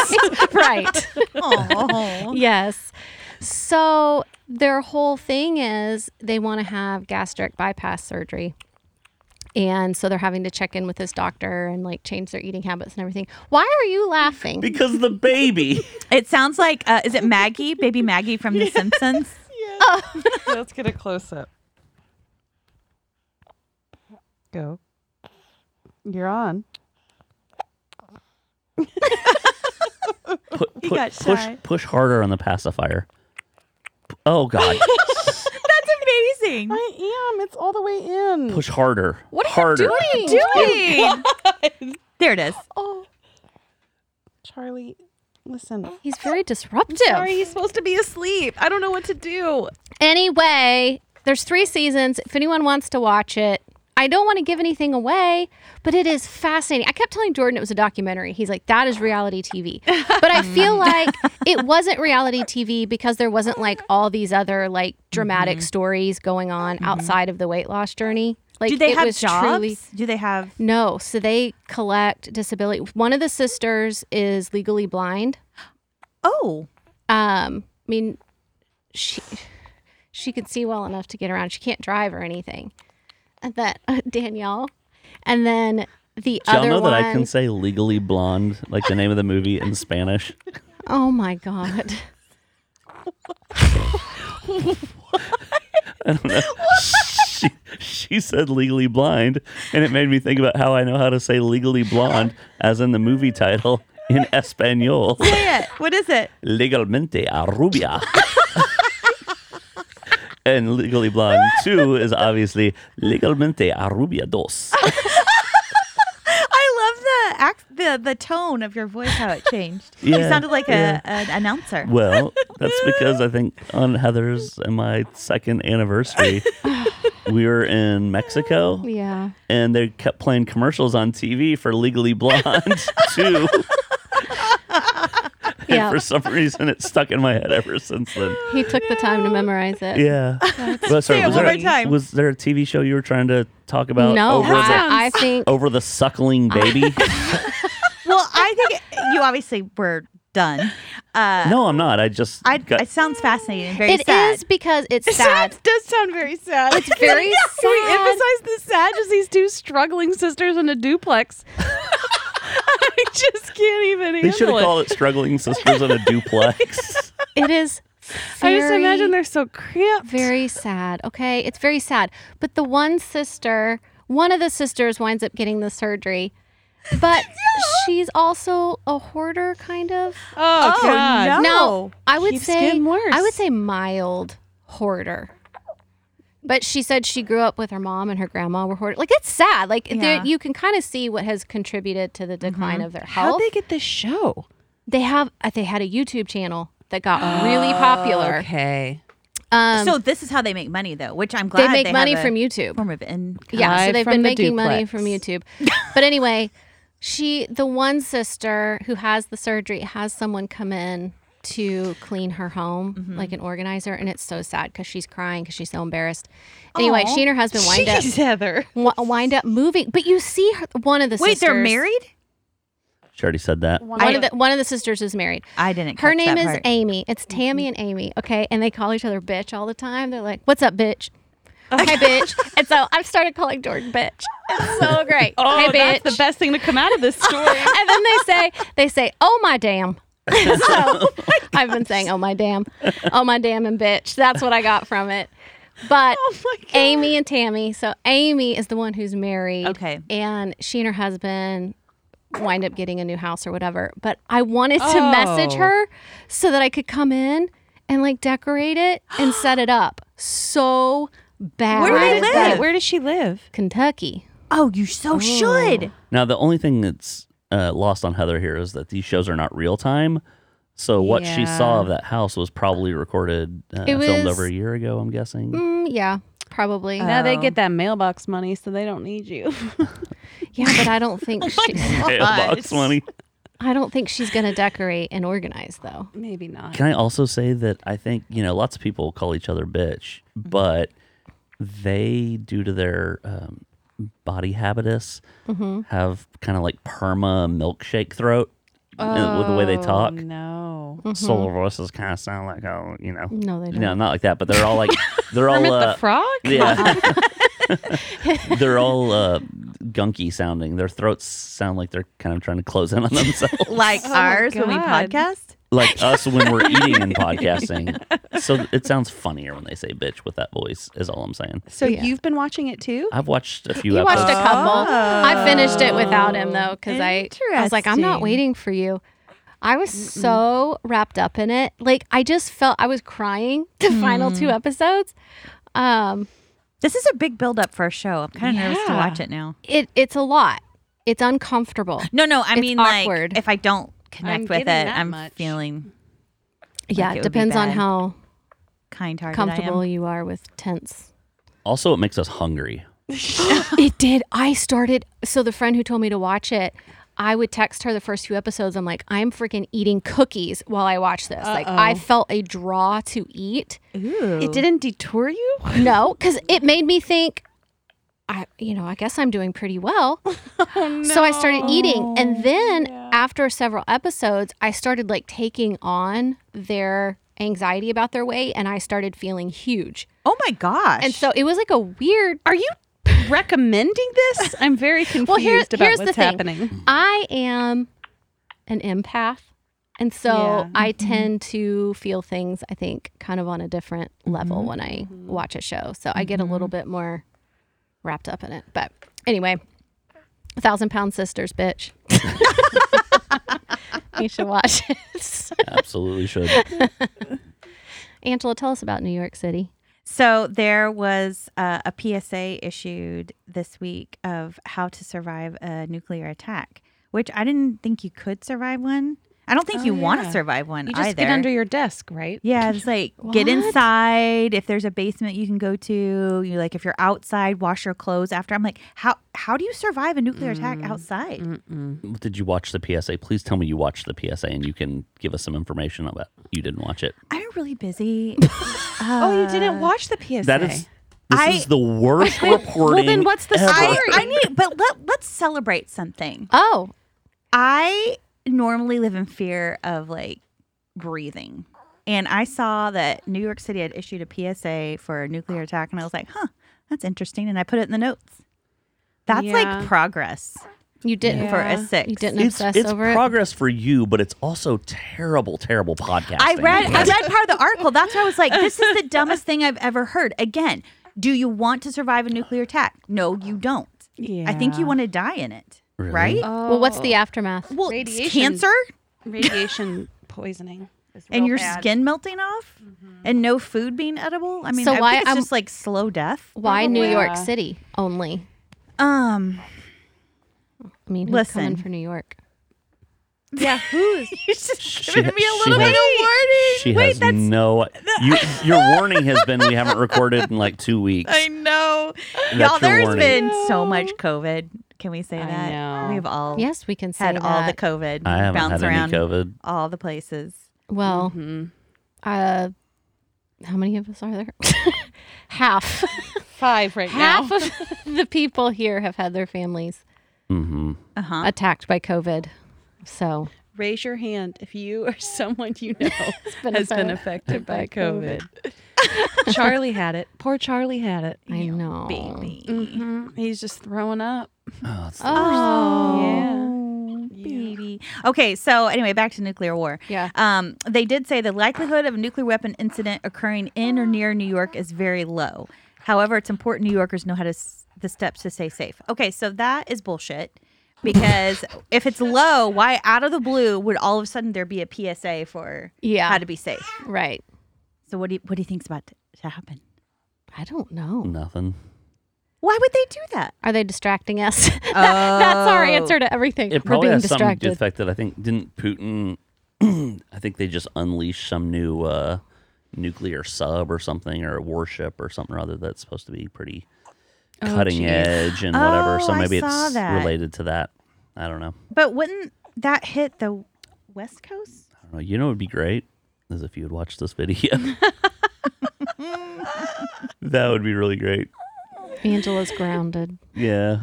[SPEAKER 2] right?
[SPEAKER 3] Oh.
[SPEAKER 2] Yes. So their whole thing is they want to have gastric bypass surgery. And so they're having to check in with this doctor and like change their eating habits and everything. Why are you laughing?
[SPEAKER 4] Because
[SPEAKER 3] (laughs)
[SPEAKER 4] the baby.
[SPEAKER 3] It sounds like uh, is it Maggie, baby Maggie from
[SPEAKER 2] (laughs)
[SPEAKER 3] The Simpsons?
[SPEAKER 1] Let's get a close up. Go. You're on.
[SPEAKER 4] Put,
[SPEAKER 3] He
[SPEAKER 4] put-
[SPEAKER 3] got
[SPEAKER 4] push
[SPEAKER 3] shy.
[SPEAKER 4] push harder on the pacifier. P-
[SPEAKER 3] (laughs)
[SPEAKER 4] Oh God!
[SPEAKER 3] That's amazing. What
[SPEAKER 1] I am. It's all the way in.
[SPEAKER 4] push harder. What
[SPEAKER 2] are you
[SPEAKER 4] harder.
[SPEAKER 3] are you doing?
[SPEAKER 2] (laughs)
[SPEAKER 3] there it is.
[SPEAKER 2] Oh,
[SPEAKER 1] Charlie, listen.
[SPEAKER 2] he's very disruptive.
[SPEAKER 1] Sorry, he's supposed to be asleep. I don't know what to do. (laughs)
[SPEAKER 2] Anyway, there's three seasons. If anyone wants to watch it, I don't want to give anything away, but it is fascinating. I kept telling Jordan it was a documentary. He's like, that is reality
[SPEAKER 3] (laughs)
[SPEAKER 2] TV. But I feel like it wasn't reality TV because there wasn't like all these other like dramatic
[SPEAKER 3] Mm-hmm.
[SPEAKER 2] stories going on outside of the weight loss journey. Like,
[SPEAKER 3] Do they
[SPEAKER 2] it
[SPEAKER 3] have
[SPEAKER 2] was
[SPEAKER 3] jobs?
[SPEAKER 2] truly-
[SPEAKER 3] Do they have?
[SPEAKER 2] no. So they collect disability. One of the sisters is legally blind.
[SPEAKER 3] Oh,
[SPEAKER 2] Um, I mean, she she could see well enough to get around. She can't drive or anything. And that (laughs) uh, Danielle, and then the
[SPEAKER 4] Y'all
[SPEAKER 2] other
[SPEAKER 4] know
[SPEAKER 2] one.
[SPEAKER 4] that I can say "Legally Blonde" like the name of the movie in Spanish.
[SPEAKER 2] oh my god!
[SPEAKER 4] I don't know. she, she said "Legally Blind," and it made me think about how I know how to say "Legally Blonde" as in the movie title in Espanol.
[SPEAKER 3] say it. What is it?
[SPEAKER 4] Legalmente a rubia. and Legally Blonde 2 is obviously Legalmente a rubia 2.
[SPEAKER 3] I love the act, the the tone of your voice, how it changed. you
[SPEAKER 4] (laughs) Yeah,
[SPEAKER 3] sounded like
[SPEAKER 4] yeah.
[SPEAKER 3] a, an announcer.
[SPEAKER 4] Well, that's because I think on Heather's and my second anniversary, we were in Mexico (laughs)
[SPEAKER 2] Yeah,
[SPEAKER 4] and they kept playing commercials on TV for Legally Blonde 2.
[SPEAKER 2] yeah.
[SPEAKER 4] For some reason, it's stuck in my head ever since then.
[SPEAKER 2] He took the time to memorize it.
[SPEAKER 4] Yeah. Well, sorry,
[SPEAKER 3] Say it
[SPEAKER 4] was,
[SPEAKER 3] one
[SPEAKER 4] there,
[SPEAKER 3] more time.
[SPEAKER 4] was there a TV show you were trying to talk about?
[SPEAKER 2] No,
[SPEAKER 4] over Oh. the-
[SPEAKER 2] I, I think
[SPEAKER 4] over the suckling baby.
[SPEAKER 3] Well, I think it- you obviously were done. Uh,
[SPEAKER 4] no, I'm not. I just
[SPEAKER 3] I,
[SPEAKER 4] got,
[SPEAKER 3] it sounds fascinating. and Very
[SPEAKER 2] it is
[SPEAKER 3] sad.
[SPEAKER 2] because it's sad.
[SPEAKER 1] does sound very sad. It's (laughs)
[SPEAKER 2] very
[SPEAKER 1] We
[SPEAKER 2] sad.
[SPEAKER 1] emphasize the sad as these two struggling sisters in a duplex. (laughs) I just can't even
[SPEAKER 4] they should
[SPEAKER 1] handle
[SPEAKER 4] have
[SPEAKER 1] it.
[SPEAKER 4] called it struggling sisters in a duplex.
[SPEAKER 2] It is.
[SPEAKER 1] I just imagine
[SPEAKER 2] very-
[SPEAKER 1] they're so cramped.
[SPEAKER 2] Very sad. Okay. It's very sad. But the one sister, one of the sisters winds up getting the surgery.
[SPEAKER 1] (laughs)
[SPEAKER 2] But she's also a hoarder kind of.
[SPEAKER 1] oh,
[SPEAKER 3] Oh,
[SPEAKER 1] God.
[SPEAKER 3] no.
[SPEAKER 2] No. I would
[SPEAKER 1] Keeps
[SPEAKER 2] say
[SPEAKER 1] getting worse.
[SPEAKER 2] I would say mild hoarder. But she said she grew up with her mom and her grandma were hoarding. Like it's sad. Like there-
[SPEAKER 3] Yeah.
[SPEAKER 2] you can kind of see what has contributed to the decline of their health.
[SPEAKER 1] Mm-hmm. How'd they get this show?
[SPEAKER 2] they have uh, they had a YouTube channel that got really popular.
[SPEAKER 1] Oh, Okay.
[SPEAKER 2] Um,
[SPEAKER 3] so this is how they make money, though, which I'm glad
[SPEAKER 2] they make
[SPEAKER 3] have
[SPEAKER 2] money
[SPEAKER 3] a
[SPEAKER 2] from YouTube.
[SPEAKER 3] Form of income.
[SPEAKER 2] Yeah, so
[SPEAKER 1] Live
[SPEAKER 2] they've
[SPEAKER 1] from
[SPEAKER 2] been
[SPEAKER 1] the
[SPEAKER 2] making money
[SPEAKER 1] duplex.
[SPEAKER 2] from YouTube. But anyway, she the one sister who has the surgery has someone come in to clean her home like an organizer and it's so sad cuz she's crying cuz she's so embarrassed. Anyway,
[SPEAKER 3] Aw.
[SPEAKER 2] she and her husband wind
[SPEAKER 1] Jeez, (laughs) Heather.
[SPEAKER 2] up wi- wind up moving, but you see her, one of the
[SPEAKER 3] Wait,
[SPEAKER 2] sisters
[SPEAKER 3] they're married?
[SPEAKER 4] She already said that.
[SPEAKER 2] One of the one of the sisters is married.
[SPEAKER 3] I didn't.
[SPEAKER 2] Her
[SPEAKER 3] catch
[SPEAKER 2] name
[SPEAKER 3] that
[SPEAKER 2] is
[SPEAKER 3] part. Mm-hmm.
[SPEAKER 2] Amy. It's Tammy and Amy. Okay, and they call each other bitch all the time. They're like, "What's up, bitch?" hey, bitch. And so I've started calling Jordan bitch. It's so great. hey, bitch.
[SPEAKER 1] That's the best thing to come out of this story.
[SPEAKER 2] and then they say, they say, "Oh
[SPEAKER 1] (laughs)
[SPEAKER 2] my damn." (laughs) so I've been saying, "Oh my damn," "Oh my damn," and "bitch." That's what I got from it. But
[SPEAKER 1] Oh, my God.
[SPEAKER 2] Amy and Tammy. So Amy is the one who's married.
[SPEAKER 3] Okay.
[SPEAKER 2] and she and her husband wind up getting a new house or whatever. But I wanted to message
[SPEAKER 1] Oh.
[SPEAKER 2] her so that I could come in and like decorate it and set it up. So bad.
[SPEAKER 3] Where do they
[SPEAKER 2] that-
[SPEAKER 3] live?
[SPEAKER 1] Wait, where does she live?
[SPEAKER 2] Kentucky.
[SPEAKER 3] Oh, you so should.
[SPEAKER 4] Now, the only thing that's uh, lost on Heather here is that these shows are not real time. So what she
[SPEAKER 1] Yeah.
[SPEAKER 4] saw of that house was probably recorded, uh,
[SPEAKER 2] It
[SPEAKER 4] filmed
[SPEAKER 2] was-
[SPEAKER 4] over a year ago. I'm guessing.
[SPEAKER 2] Mm, yeah, probably.
[SPEAKER 1] Now they
[SPEAKER 3] Oh.
[SPEAKER 1] get that mailbox money, so they don't need you. (laughs)
[SPEAKER 2] Yeah, but I don't think she,
[SPEAKER 4] Mailbox money.
[SPEAKER 2] I don't think she's gonna decorate and organize though.
[SPEAKER 1] Maybe not.
[SPEAKER 4] Can I also say that I think you know lots of people call each other bitch,
[SPEAKER 2] Mm-hmm.
[SPEAKER 4] but they, due to their um, body habitus,
[SPEAKER 2] Mm-hmm.
[SPEAKER 4] have kind of like perma milkshake throat uh, with the way they talk.
[SPEAKER 1] Oh,
[SPEAKER 2] Oh,
[SPEAKER 1] No.
[SPEAKER 4] So their voices kind of sound like oh, you know,
[SPEAKER 2] mm-hmm. No, they don't.
[SPEAKER 4] no, not like that. But they're all like they're all
[SPEAKER 1] Kermit
[SPEAKER 4] uh,
[SPEAKER 1] the Frog?
[SPEAKER 2] (laughs)
[SPEAKER 4] yeah. they're all uh, gunky sounding. Their throats sound like they're kind of trying to close in on themselves.
[SPEAKER 3] Like
[SPEAKER 2] Oh
[SPEAKER 3] ours when we
[SPEAKER 1] God.
[SPEAKER 3] podcast. (laughs)
[SPEAKER 4] like us when we're eating and podcasting. So it sounds funnier when they say bitch with that voice, is all I'm saying.
[SPEAKER 1] So you've been watching it too?
[SPEAKER 4] I've watched a few
[SPEAKER 2] You watched
[SPEAKER 4] episodes.
[SPEAKER 2] a couple. I finished it without him though, because I, I was like, I'm not
[SPEAKER 3] Oh. Interesting.
[SPEAKER 2] waiting for you. I was so wrapped up in it. Like I just felt I was crying the final two
[SPEAKER 3] Hmm.
[SPEAKER 2] episodes. Um,
[SPEAKER 3] This is a big buildup for a show. I'm kind of nervous to
[SPEAKER 1] Yeah.
[SPEAKER 3] watch it now.
[SPEAKER 2] it it's a lot. It's
[SPEAKER 3] (laughs)
[SPEAKER 2] uncomfortable.
[SPEAKER 3] No, no. I
[SPEAKER 2] It's
[SPEAKER 3] mean,
[SPEAKER 2] awkward.
[SPEAKER 3] like, if I don't connect
[SPEAKER 1] I'm
[SPEAKER 3] with
[SPEAKER 1] getting
[SPEAKER 3] it,
[SPEAKER 1] that
[SPEAKER 3] I'm
[SPEAKER 1] much.
[SPEAKER 3] feeling
[SPEAKER 2] yeah,
[SPEAKER 3] it
[SPEAKER 2] it
[SPEAKER 3] would be
[SPEAKER 2] depends on
[SPEAKER 3] bad.
[SPEAKER 2] how
[SPEAKER 3] kind-hearted.
[SPEAKER 2] comfortable
[SPEAKER 3] I am.
[SPEAKER 2] you are with tense.
[SPEAKER 4] also, it makes us hungry.
[SPEAKER 2] it did. I started. So the friend who told me to watch it. I would text her the first few episodes. I'm like, I'm freaking eating cookies while I watch this. Like, I felt a draw to eat.
[SPEAKER 1] It didn't detour you?
[SPEAKER 2] No, because it made me think. I, you know, I guess I'm doing pretty well. So I started eating, and then after several episodes, I started like taking on their anxiety about their weight, and I started feeling huge.
[SPEAKER 3] Oh my gosh.
[SPEAKER 2] And so it was like a weird.
[SPEAKER 1] Are you recommending this? I'm very confused
[SPEAKER 2] Well, here-
[SPEAKER 1] about
[SPEAKER 2] here's the
[SPEAKER 1] what's
[SPEAKER 2] thing.
[SPEAKER 1] happening.
[SPEAKER 2] I am an empath, and so
[SPEAKER 1] Yeah.
[SPEAKER 2] I tend to feel things. I think kind of on a different level when I watch a show, so I get a little bit more wrapped up in it. But anyway, thousand pound sisters, bitch. you should watch it.
[SPEAKER 3] (laughs)
[SPEAKER 4] Absolutely should.
[SPEAKER 2] (laughs) Angela, tell us about New York City.
[SPEAKER 3] So there was uh, a PSA issued this week of how to survive a nuclear attack, which I didn't think you could survive one. I don't think you want to
[SPEAKER 1] Oh, yeah.
[SPEAKER 3] survive one
[SPEAKER 1] You just
[SPEAKER 3] either.
[SPEAKER 1] get under your desk, right?
[SPEAKER 3] yeah, it's like get inside. If there's a basement you can go to, you like if you're outside, wash your clothes after. I'm like, how how do you survive a nuclear attack
[SPEAKER 1] Mm,
[SPEAKER 3] outside?
[SPEAKER 4] Did you watch the PSA? Please tell me you watched the PSA and you can give us some information about you didn't watch it.
[SPEAKER 3] I'm
[SPEAKER 1] (laughs)
[SPEAKER 3] really busy.
[SPEAKER 1] oh, you didn't watch the PSA.
[SPEAKER 4] That is. This
[SPEAKER 3] I-
[SPEAKER 4] is the
[SPEAKER 3] (laughs)
[SPEAKER 4] worst reporting.
[SPEAKER 1] what's the
[SPEAKER 4] ever.
[SPEAKER 3] I, I need, but let let's celebrate something.
[SPEAKER 2] Oh,
[SPEAKER 3] I normally live in fear of like breathing. And I saw that New York City had issued a PSA for a nuclear attack. And I was like, huh, that's interesting. And I put it in the notes. That's
[SPEAKER 1] Yeah.
[SPEAKER 3] like progress
[SPEAKER 2] you didn't.
[SPEAKER 3] for
[SPEAKER 1] Yeah.
[SPEAKER 3] a six.
[SPEAKER 2] You didn't
[SPEAKER 4] It's,
[SPEAKER 2] obsess
[SPEAKER 4] it's
[SPEAKER 2] over
[SPEAKER 4] progress for you, but it's also terrible, terrible podcasting.
[SPEAKER 3] I
[SPEAKER 4] (laughs)
[SPEAKER 3] read I read part of the article. That's why I was like, this is the dumbest thing I've ever heard. Again, do you want to survive a nuclear attack? No, you don't. I think
[SPEAKER 1] Yeah.
[SPEAKER 3] you want to die in it.
[SPEAKER 4] Really?
[SPEAKER 2] Uh,
[SPEAKER 3] Right?
[SPEAKER 2] it. Well, what's the aftermath?
[SPEAKER 3] well,
[SPEAKER 1] radiation.
[SPEAKER 3] cancer?
[SPEAKER 1] Radiation poisoning. It's
[SPEAKER 3] and
[SPEAKER 1] real
[SPEAKER 3] your
[SPEAKER 1] bad. Mm-hmm.
[SPEAKER 3] skin melting off and no food being edible. I mean,
[SPEAKER 2] So
[SPEAKER 3] I
[SPEAKER 2] why-
[SPEAKER 3] think it's
[SPEAKER 2] I'm-
[SPEAKER 3] just like slow death.
[SPEAKER 2] Why New
[SPEAKER 1] Yeah.
[SPEAKER 2] York City only?
[SPEAKER 3] (laughs) Um,
[SPEAKER 2] I mean, who's coming
[SPEAKER 3] Listen.
[SPEAKER 2] for New York?
[SPEAKER 1] Yeah,
[SPEAKER 3] (laughs)
[SPEAKER 1] who's
[SPEAKER 3] you just
[SPEAKER 4] She
[SPEAKER 3] giving
[SPEAKER 4] ha-
[SPEAKER 3] me a
[SPEAKER 4] she
[SPEAKER 3] little bit
[SPEAKER 4] has-
[SPEAKER 3] of warning.
[SPEAKER 4] She has no. You, your warning has been we haven't recorded in like two weeks.
[SPEAKER 3] (laughs) I know,
[SPEAKER 4] That's
[SPEAKER 3] y'all.
[SPEAKER 4] your
[SPEAKER 3] There's
[SPEAKER 4] warning.
[SPEAKER 3] been so much COVID. Can we say
[SPEAKER 1] I
[SPEAKER 3] that?
[SPEAKER 1] know.
[SPEAKER 3] We've all
[SPEAKER 2] Yes, we can say
[SPEAKER 3] had
[SPEAKER 2] that.
[SPEAKER 3] all the COVID.
[SPEAKER 4] I haven't
[SPEAKER 3] bounce
[SPEAKER 4] had
[SPEAKER 3] around
[SPEAKER 4] any COVID.
[SPEAKER 3] all the places.
[SPEAKER 2] well,
[SPEAKER 3] mm-hmm.
[SPEAKER 1] Mhm.
[SPEAKER 2] uh, how many of us are there? (laughs)
[SPEAKER 3] (laughs)
[SPEAKER 2] Half.
[SPEAKER 1] five right
[SPEAKER 2] Half of the people here have had their families
[SPEAKER 4] Mm-hmm.
[SPEAKER 3] Uh huh.
[SPEAKER 2] attacked by COVID. So
[SPEAKER 1] Raise your hand if you or (laughs) someone you know
[SPEAKER 2] been
[SPEAKER 1] has been
[SPEAKER 2] affected
[SPEAKER 1] affected by
[SPEAKER 2] by
[SPEAKER 1] COVID. (laughs) Charlie had it. Poor Charlie had it.
[SPEAKER 2] I know.
[SPEAKER 3] Baby.
[SPEAKER 1] Mm-hmm. He's just throwing up.
[SPEAKER 4] Oh, it's
[SPEAKER 3] Ah.
[SPEAKER 2] Oh,
[SPEAKER 3] Baby. Okay, so anyway, back to nuclear war.
[SPEAKER 2] Yeah.
[SPEAKER 3] Um, they did say the likelihood of a nuclear weapon incident occurring in or near New York is very low. However, it's important New Yorkers know how to s- the steps to stay safe. Okay, so that is bullshit. Because if it's low, why out of the blue would all of a sudden there be a PSA for
[SPEAKER 2] Yeah.
[SPEAKER 3] how to be safe?
[SPEAKER 2] right.
[SPEAKER 3] So what do you, what do you think's about to, to happen?
[SPEAKER 2] I don't know.
[SPEAKER 4] nothing.
[SPEAKER 3] Why would they do that?
[SPEAKER 2] Are they distracting us? (laughs) That- That's our
[SPEAKER 3] Oh.
[SPEAKER 2] answer to everything.
[SPEAKER 4] It probably
[SPEAKER 2] We're being
[SPEAKER 4] has something to
[SPEAKER 2] distracted.
[SPEAKER 4] do with the fact that I think didn't Putin. (clears throat) I think they just unleashed some new uh, nuclear sub or something or a warship or something or other that's supposed to be pretty cutting
[SPEAKER 1] geez.
[SPEAKER 4] edge and whatever. so
[SPEAKER 3] Oh, I
[SPEAKER 4] maybe
[SPEAKER 3] saw
[SPEAKER 4] it's
[SPEAKER 3] that.
[SPEAKER 4] related to that. I don't know.
[SPEAKER 3] But wouldn't that hit the West Coast?
[SPEAKER 4] I don't know. You know, it'd be great is if you would watch
[SPEAKER 3] (laughs)
[SPEAKER 4] this video. (laughs) that would be really great.
[SPEAKER 2] Angela's grounded.
[SPEAKER 4] Yeah,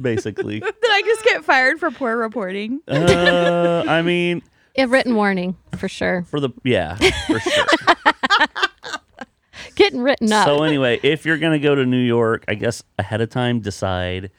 [SPEAKER 4] basically.
[SPEAKER 3] Did I just get fired for poor reporting?
[SPEAKER 4] Uh, I mean,
[SPEAKER 2] A written warning for sure.
[SPEAKER 4] for the yeah, for sure.
[SPEAKER 2] Getting written up.
[SPEAKER 4] So anyway, if you're gonna go to New York, I guess ahead of time decide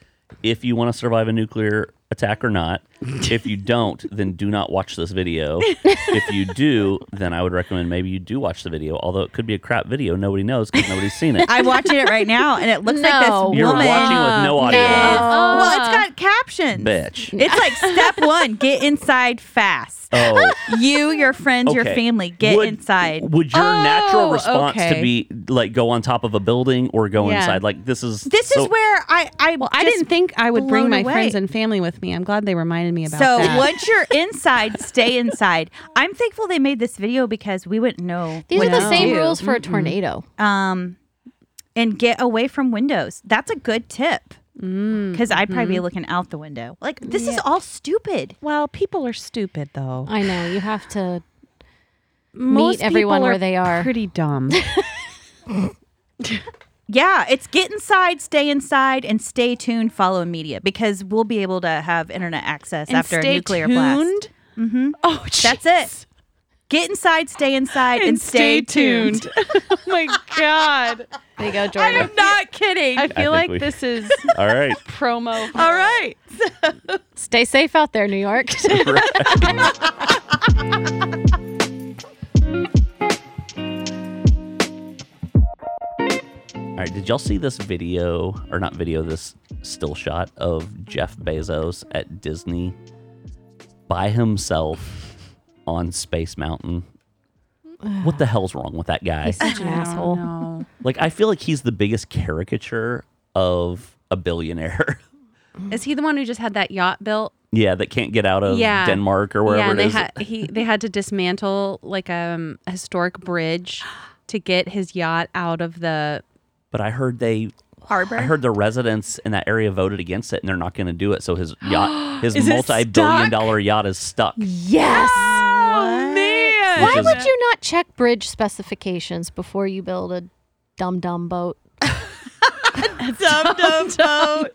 [SPEAKER 4] if you want to survive a nuclear attack or not. if you don't, then do not watch this video. if you do, then I would recommend maybe you do watch the video. Although it could be a crap video, nobody knows because nobody's seen it.
[SPEAKER 3] I'm watching it right now, and it looks like
[SPEAKER 2] No.
[SPEAKER 3] this
[SPEAKER 4] You're
[SPEAKER 3] woman.
[SPEAKER 4] watching with no audio, on,
[SPEAKER 3] well, it's got captions.
[SPEAKER 4] bitch.
[SPEAKER 3] (laughs) It's like step one: get inside fast.
[SPEAKER 4] Oh,
[SPEAKER 3] You, your friends, your
[SPEAKER 4] okay.
[SPEAKER 3] family, get
[SPEAKER 4] Would-
[SPEAKER 3] inside.
[SPEAKER 4] Would your natural
[SPEAKER 1] Oh,
[SPEAKER 4] response
[SPEAKER 1] okay.
[SPEAKER 4] to be like go on top of a building or go
[SPEAKER 1] Yeah.
[SPEAKER 4] inside? Like this is
[SPEAKER 3] this
[SPEAKER 4] so-
[SPEAKER 3] is where I I well,
[SPEAKER 1] I didn't think I would bring my
[SPEAKER 3] blown
[SPEAKER 1] friends
[SPEAKER 3] away.
[SPEAKER 1] and family with me. I'm glad they reminded me about
[SPEAKER 3] So
[SPEAKER 1] that.
[SPEAKER 3] once you're inside, stay inside. I'm thankful they made this video because we wouldn't know.
[SPEAKER 2] These
[SPEAKER 3] what
[SPEAKER 2] are the
[SPEAKER 3] to
[SPEAKER 2] same
[SPEAKER 3] do.
[SPEAKER 2] rules for a tornado.
[SPEAKER 3] Um, and get away from windows. That's a good tip. Because I'd probably be looking out the window. Like this is all stupid.
[SPEAKER 1] Well, people are stupid though.
[SPEAKER 2] I know. You have to.
[SPEAKER 1] Uh, Most
[SPEAKER 2] everyone
[SPEAKER 1] people
[SPEAKER 2] where they are.
[SPEAKER 1] Pretty (laughs) dumb.
[SPEAKER 3] Yeah, it's get inside, stay inside, and stay tuned. Follow media because we'll be able to have internet access
[SPEAKER 1] And
[SPEAKER 3] after a
[SPEAKER 1] stay
[SPEAKER 3] nuclear blast.
[SPEAKER 1] tuned? (laughs) Oh,
[SPEAKER 3] That's it. Get inside, stay inside, and, stay, tuned.
[SPEAKER 1] (laughs) oh my god!
[SPEAKER 2] There you go,
[SPEAKER 3] (laughs) I
[SPEAKER 2] Jordan.
[SPEAKER 3] am not kidding.
[SPEAKER 1] I feel (laughs) like
[SPEAKER 4] we-
[SPEAKER 1] this is
[SPEAKER 4] (laughs) all right.
[SPEAKER 1] promo.
[SPEAKER 3] All right.
[SPEAKER 2] Stay safe out there, New
[SPEAKER 3] (laughs)
[SPEAKER 2] York. (laughs)
[SPEAKER 4] All right, did y'all see this video or not video this still shot of Jeff Bezos at Disney by himself on Space Mountain? What the hell's wrong with that guy?
[SPEAKER 2] He's such an
[SPEAKER 1] I don't
[SPEAKER 2] asshole.
[SPEAKER 1] know.
[SPEAKER 4] Like I feel like he's the biggest caricature of a billionaire.
[SPEAKER 1] (laughs)
[SPEAKER 4] (laughs)
[SPEAKER 1] Is he the one who just had that yacht built?
[SPEAKER 4] yeah, that can't get out of
[SPEAKER 1] Yeah.
[SPEAKER 4] Denmark or
[SPEAKER 1] yeah,
[SPEAKER 4] wherever
[SPEAKER 1] and
[SPEAKER 4] it
[SPEAKER 1] they
[SPEAKER 4] is.
[SPEAKER 1] had he they had to dismantle like um, a historic bridge to get his yacht out of the.
[SPEAKER 4] but I heard they
[SPEAKER 3] Harbor.
[SPEAKER 4] I heard the residents in that area voted against it, and they're not going to do it.
[SPEAKER 1] (gasps)
[SPEAKER 4] So his yacht, his
[SPEAKER 1] Is it stuck?
[SPEAKER 4] multi-billion-dollar yacht, is stuck.
[SPEAKER 2] Yes.
[SPEAKER 1] Oh man!
[SPEAKER 4] Which
[SPEAKER 2] Why
[SPEAKER 4] is-
[SPEAKER 2] would you not check bridge specifications before you build a dumb dumb boat?
[SPEAKER 3] Dum dum dum.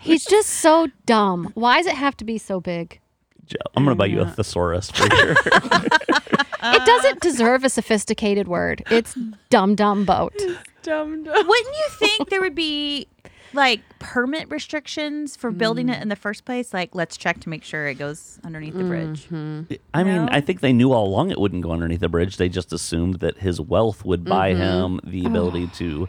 [SPEAKER 2] He's just so dumb. Why does it have to be so big?
[SPEAKER 4] I'm going to buy you a thesaurus for
[SPEAKER 1] (laughs)
[SPEAKER 4] your
[SPEAKER 2] it
[SPEAKER 4] Uh,
[SPEAKER 2] doesn't deserve a sophisticated word. It's dumb dumb
[SPEAKER 4] (laughs)
[SPEAKER 2] boat.
[SPEAKER 4] Oh,
[SPEAKER 1] Dum dum.
[SPEAKER 3] Wouldn't you think there would be like permit restrictions for building it in the first place? Like, let's check to make sure it goes underneath the bridge.
[SPEAKER 4] I mean,
[SPEAKER 3] No?
[SPEAKER 4] I think they knew all along it wouldn't go underneath the bridge. They just assumed that his wealth would buy
[SPEAKER 1] Mm-hmm.
[SPEAKER 4] him the ability to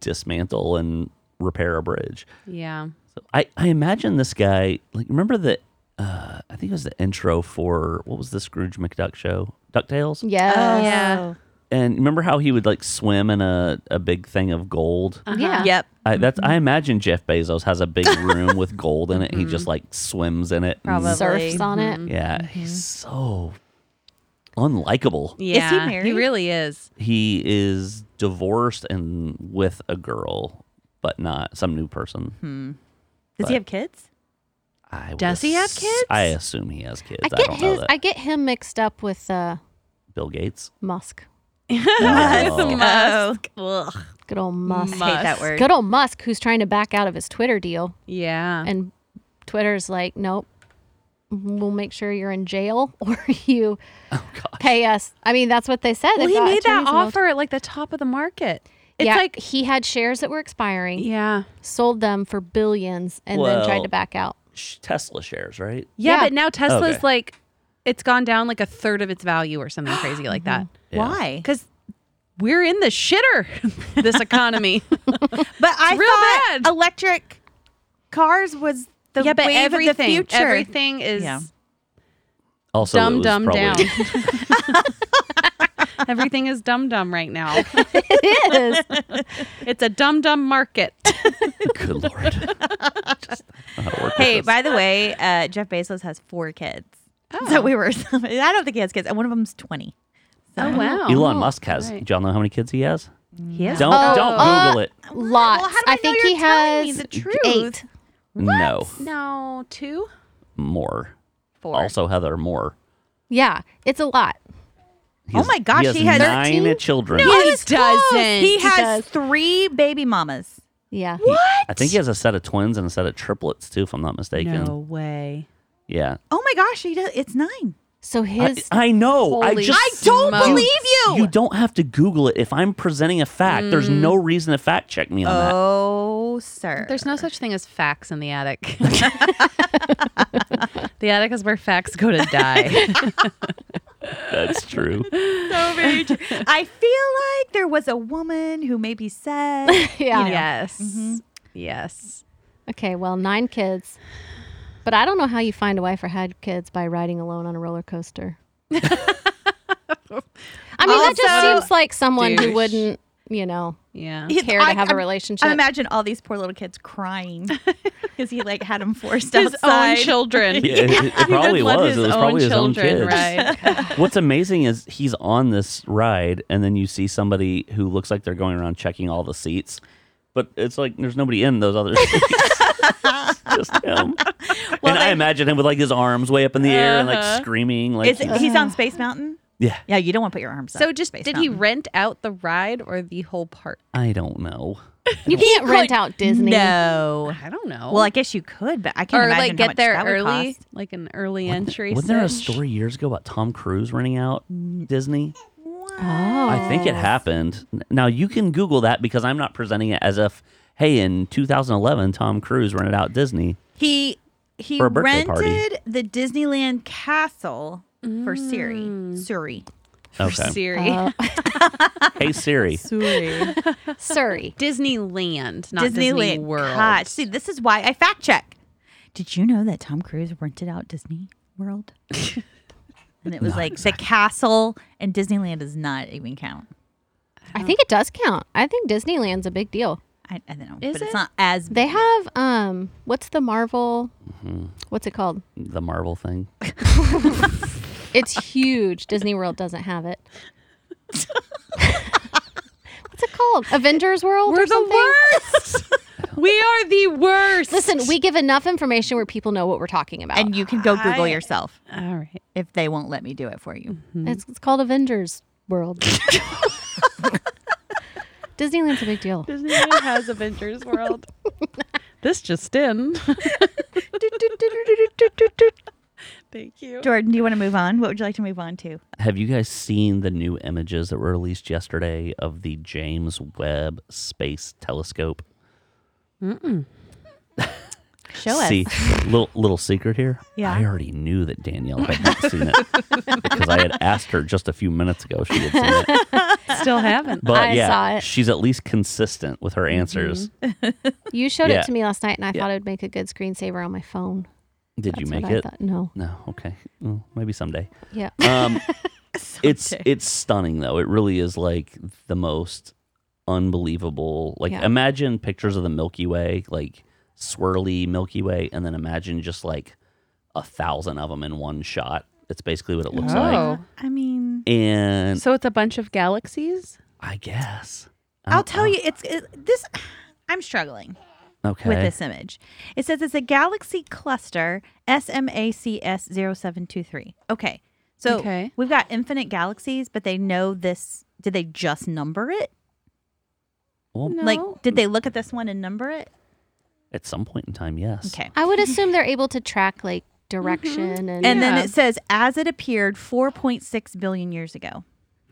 [SPEAKER 4] dismantle and repair a bridge.
[SPEAKER 1] Yeah.
[SPEAKER 4] So I, I imagine this guy, like, remember the uh, I think it was the intro for what was the Scrooge McDuck show? DuckTales?
[SPEAKER 1] Mm.
[SPEAKER 2] Yes.
[SPEAKER 3] Oh.
[SPEAKER 1] yeah.
[SPEAKER 4] And remember how he would like swim in a, a big thing of gold?
[SPEAKER 2] Yeah.
[SPEAKER 3] Yep.
[SPEAKER 4] I, that's
[SPEAKER 1] Mm-hmm.
[SPEAKER 4] I imagine Jeff Bezos has a big room with gold in it. He just like swims in it. and-
[SPEAKER 1] Mm-hmm. Probably. Mm-hmm.
[SPEAKER 2] Surfs on it.
[SPEAKER 4] Yeah, he's so unlikable.
[SPEAKER 1] Yeah.
[SPEAKER 3] married?
[SPEAKER 1] really is.
[SPEAKER 4] He is divorced and with a girl, but not some new person.
[SPEAKER 3] Does he have kids?
[SPEAKER 4] I
[SPEAKER 1] Hmm. Does
[SPEAKER 4] would
[SPEAKER 1] he have
[SPEAKER 4] ass-
[SPEAKER 1] kids?
[SPEAKER 4] I assume he has kids. I,
[SPEAKER 2] I get
[SPEAKER 4] don't
[SPEAKER 2] his.
[SPEAKER 4] know that.
[SPEAKER 2] I get him mixed up with uh,
[SPEAKER 4] Bill
[SPEAKER 1] (laughs)
[SPEAKER 4] Gates.
[SPEAKER 2] Musk.
[SPEAKER 4] Oh.
[SPEAKER 1] Musk. Ugh.
[SPEAKER 2] Good old Musk.
[SPEAKER 1] Musk.
[SPEAKER 3] Hate that word.
[SPEAKER 2] Good old Musk, who's trying to back out of his Twitter deal,
[SPEAKER 1] Yeah.
[SPEAKER 2] and Twitter's like, nope. We'll make sure you're in jail (laughs) or you pay us. I mean, that's what they said.
[SPEAKER 1] well,
[SPEAKER 2] They've
[SPEAKER 1] he
[SPEAKER 2] got
[SPEAKER 1] made that
[SPEAKER 2] attorneys involved.
[SPEAKER 1] offer at like the top of the market. It's
[SPEAKER 2] yeah,
[SPEAKER 1] like,
[SPEAKER 2] he had shares that were expiring,
[SPEAKER 1] yeah.
[SPEAKER 2] sold them for billions, and then
[SPEAKER 4] Well,
[SPEAKER 2] tried to back
[SPEAKER 3] (laughs)
[SPEAKER 2] out.
[SPEAKER 4] Sh- Tesla shares, right?
[SPEAKER 1] Yeah,
[SPEAKER 2] Yeah.
[SPEAKER 1] but now Tesla's
[SPEAKER 4] Okay.
[SPEAKER 1] like it's gone down like a third of its value or something crazy like that.
[SPEAKER 4] Yeah.
[SPEAKER 3] Why?
[SPEAKER 1] Cuz we're in the shitter (laughs) this economy.
[SPEAKER 3] But I
[SPEAKER 1] real
[SPEAKER 3] thought
[SPEAKER 1] bad.
[SPEAKER 3] electric cars was the
[SPEAKER 1] yeah, but
[SPEAKER 3] wave
[SPEAKER 1] everything
[SPEAKER 3] of the future.
[SPEAKER 1] everything is
[SPEAKER 3] Yeah.
[SPEAKER 4] Also, it
[SPEAKER 1] dumb
[SPEAKER 4] was
[SPEAKER 1] dumb
[SPEAKER 4] probably-
[SPEAKER 1] down. (laughs) everything is dumb dumb right now.
[SPEAKER 2] it is.
[SPEAKER 1] It's a dumb dumb market.
[SPEAKER 4] (laughs) Good lord. Just don't know how to work with
[SPEAKER 3] Hey,
[SPEAKER 4] this.
[SPEAKER 3] by the way, uh, Jeff Bezos has four kids. So we were. (laughs) I don't think he has kids, and one of them's twenty.
[SPEAKER 1] (laughs) Oh wow.
[SPEAKER 4] Elon Musk has.
[SPEAKER 1] right.
[SPEAKER 4] Do y'all know how many kids he has?
[SPEAKER 1] He has
[SPEAKER 4] Don't
[SPEAKER 2] Oh,
[SPEAKER 4] don't
[SPEAKER 2] uh,
[SPEAKER 4] Google it.
[SPEAKER 2] Lots.
[SPEAKER 3] Well, how do I,
[SPEAKER 2] I,
[SPEAKER 3] know
[SPEAKER 2] think
[SPEAKER 3] you're
[SPEAKER 2] he
[SPEAKER 3] telling me
[SPEAKER 2] has
[SPEAKER 3] the truth?
[SPEAKER 2] eight.
[SPEAKER 4] No
[SPEAKER 1] no, two?
[SPEAKER 4] more.
[SPEAKER 1] Four.
[SPEAKER 4] Also, Heather more.
[SPEAKER 2] Yeah, it's a lot.
[SPEAKER 4] He's-
[SPEAKER 3] Oh my gosh, he has
[SPEAKER 4] nine
[SPEAKER 2] 13?
[SPEAKER 4] children.
[SPEAKER 1] No, he
[SPEAKER 3] was close.
[SPEAKER 1] doesn't.
[SPEAKER 3] He has
[SPEAKER 2] does.
[SPEAKER 3] three baby mamas.
[SPEAKER 2] Yeah.
[SPEAKER 4] I think he has a set of twins and a set of triplets too, if I'm not mistaken.
[SPEAKER 1] No way.
[SPEAKER 4] Yeah.
[SPEAKER 3] Oh my gosh, he does. It's nine.
[SPEAKER 2] So
[SPEAKER 4] I,
[SPEAKER 2] his
[SPEAKER 4] I know. I
[SPEAKER 2] Holy
[SPEAKER 4] just
[SPEAKER 3] I don't
[SPEAKER 1] Smokes.
[SPEAKER 3] believe you. Mm.
[SPEAKER 4] you don't have to Google it. If I'm presenting a fact, there's no reason to fact check me on that.
[SPEAKER 3] Oh, sir.
[SPEAKER 1] There's no such thing as facts in the attic. (laughs) the attic is where facts go to (laughs) die.
[SPEAKER 4] That's true.
[SPEAKER 3] (laughs) so very true. I feel like there was a woman who
[SPEAKER 1] (laughs)
[SPEAKER 3] maybe said,
[SPEAKER 2] (laughs) yeah.
[SPEAKER 1] Yes. Yes.
[SPEAKER 2] Okay, well, nine kids. But I don't know how you find a wife or had kids by riding alone on a roller coaster. I mean, that just
[SPEAKER 3] Also-
[SPEAKER 2] seems like someone who
[SPEAKER 1] Douche.
[SPEAKER 2] wouldn't, you know,
[SPEAKER 1] Yeah.
[SPEAKER 3] He's-
[SPEAKER 2] care to
[SPEAKER 3] I-
[SPEAKER 2] have a
[SPEAKER 3] I'm-
[SPEAKER 2] relationship.
[SPEAKER 3] I imagine all these poor little kids
[SPEAKER 1] (laughs)
[SPEAKER 3] crying because he like had them forced
[SPEAKER 1] His own
[SPEAKER 3] outside.
[SPEAKER 1] children.
[SPEAKER 4] (laughs) Yeah, it- it
[SPEAKER 1] He just
[SPEAKER 4] probably
[SPEAKER 1] let
[SPEAKER 4] was. It was probably his own
[SPEAKER 1] children
[SPEAKER 4] kids.
[SPEAKER 1] ride.
[SPEAKER 4] What's amazing is he's on this ride, and then you see somebody who looks like they're going around checking all the seats, but it's like there's nobody in those other (laughs) seats. It's just him. and I
[SPEAKER 3] I-
[SPEAKER 4] imagine him with like his arms way up in the air and
[SPEAKER 1] Uh-huh.
[SPEAKER 4] like screaming, like
[SPEAKER 3] Is it, he's on Space Mountain.
[SPEAKER 4] yeah.
[SPEAKER 3] Yeah, you don't want to put your arms.
[SPEAKER 1] (laughs) So
[SPEAKER 3] up
[SPEAKER 1] just
[SPEAKER 3] Space
[SPEAKER 1] did he
[SPEAKER 3] Mountain.
[SPEAKER 1] rent out the ride or the whole park?
[SPEAKER 4] I don't know.
[SPEAKER 2] you can't rent out Disney.
[SPEAKER 3] No.
[SPEAKER 1] I don't know.
[SPEAKER 3] Well, I guess you could, but I can't
[SPEAKER 1] or
[SPEAKER 3] imagine
[SPEAKER 1] like
[SPEAKER 3] how
[SPEAKER 1] get
[SPEAKER 3] much
[SPEAKER 1] there
[SPEAKER 3] that would
[SPEAKER 1] early,
[SPEAKER 3] cost.
[SPEAKER 1] like an early entry.
[SPEAKER 4] Wasn't there a
[SPEAKER 1] such.
[SPEAKER 4] story years ago about Tom Cruise renting out Disney?
[SPEAKER 2] Oh.
[SPEAKER 4] I think it happened. Now you can Google that because I'm not presenting it as if, hey, in 2011, Tom Cruise rented out Disney.
[SPEAKER 3] He he
[SPEAKER 4] For a birthday
[SPEAKER 3] rented
[SPEAKER 4] party.
[SPEAKER 3] the Disneyland castle for
[SPEAKER 1] Mm.
[SPEAKER 3] Siri. Siri.
[SPEAKER 4] Okay.
[SPEAKER 1] Siri.
[SPEAKER 2] Uh,
[SPEAKER 4] hey Siri.
[SPEAKER 3] Siri.
[SPEAKER 2] Surrey.
[SPEAKER 1] Disneyland, not Disney World.
[SPEAKER 3] God, see, this is why I fact check. Did you know that Tom Cruise rented out Disney (laughs) World? and it was like the castle and Disneyland does not even count.
[SPEAKER 2] I think it does count. I think Disneyland's a big deal.
[SPEAKER 3] I, I don't know,
[SPEAKER 1] Is
[SPEAKER 3] but
[SPEAKER 1] it?
[SPEAKER 3] it's not as
[SPEAKER 2] They have um what's the Marvel what's it called?
[SPEAKER 4] The Marvel thing.
[SPEAKER 2] It's huge. Disney World doesn't have it. What's it called? Avengers World
[SPEAKER 1] We're
[SPEAKER 2] or
[SPEAKER 1] the
[SPEAKER 2] something?
[SPEAKER 1] worst. (laughs) we are the worst.
[SPEAKER 2] Listen, we give enough information where people know what we're talking about.
[SPEAKER 3] and you can go Google
[SPEAKER 1] I-
[SPEAKER 3] yourself
[SPEAKER 1] All right.
[SPEAKER 3] if they won't let me do it for you.
[SPEAKER 2] it's, it's called Avengers World. (laughs) Disneyland's a big deal.
[SPEAKER 1] Disneyland (laughs) has Avengers World. this just in. (laughs) Thank you.
[SPEAKER 3] (laughs) Jordan, do you want to move on? What would you like to move on to?
[SPEAKER 4] Have you guys seen the new images that were released yesterday of the James Webb Space Telescope? (laughs)
[SPEAKER 3] Show us.
[SPEAKER 4] See, little little secret here.
[SPEAKER 3] Yeah.
[SPEAKER 4] I already knew that Danielle had not seen it (laughs) because I had asked her just a few minutes ago. She had seen it,
[SPEAKER 2] (laughs)
[SPEAKER 1] Still haven't.
[SPEAKER 4] (laughs) but
[SPEAKER 2] I
[SPEAKER 4] yeah,
[SPEAKER 2] saw it. Mm-hmm.
[SPEAKER 4] she's at least consistent with her answers.
[SPEAKER 2] You showed
[SPEAKER 4] Yeah.
[SPEAKER 2] it to me last night, and I
[SPEAKER 4] Yeah.
[SPEAKER 2] thought it would make a good screensaver on my phone.
[SPEAKER 4] Did you
[SPEAKER 2] That's
[SPEAKER 4] make
[SPEAKER 2] what I
[SPEAKER 4] it?
[SPEAKER 2] thought. No.
[SPEAKER 4] No. Okay. Well, maybe someday.
[SPEAKER 2] Yeah.
[SPEAKER 3] (laughs)
[SPEAKER 4] Um, it's
[SPEAKER 3] Someday.
[SPEAKER 4] it's stunning though. It really is like the most unbelievable. Like
[SPEAKER 2] Yeah.
[SPEAKER 4] imagine pictures of the Milky Way, like swirly Milky Way, and then imagine just like a thousand of them in one shot. It's basically what it looks like.
[SPEAKER 1] Oh.
[SPEAKER 3] I mean,
[SPEAKER 4] And
[SPEAKER 1] So it's a bunch of galaxies?
[SPEAKER 4] I guess I
[SPEAKER 3] I'll
[SPEAKER 4] don't
[SPEAKER 3] tell
[SPEAKER 4] know.
[SPEAKER 3] you, it's it, this. I'm struggling
[SPEAKER 4] Okay.
[SPEAKER 3] with this image. It says it's a galaxy cluster SMACS0723. Okay. So
[SPEAKER 1] Okay.
[SPEAKER 3] we've got infinite galaxies, but they know this. Did they just number it?
[SPEAKER 4] Well,
[SPEAKER 1] No.
[SPEAKER 3] Like, did they look at this one and number it?
[SPEAKER 4] at some point in time, yes.
[SPEAKER 3] Okay.
[SPEAKER 2] I would assume they're able to track like direction and,
[SPEAKER 3] And then
[SPEAKER 1] Yeah.
[SPEAKER 3] it says, as it appeared 4.6 billion years ago.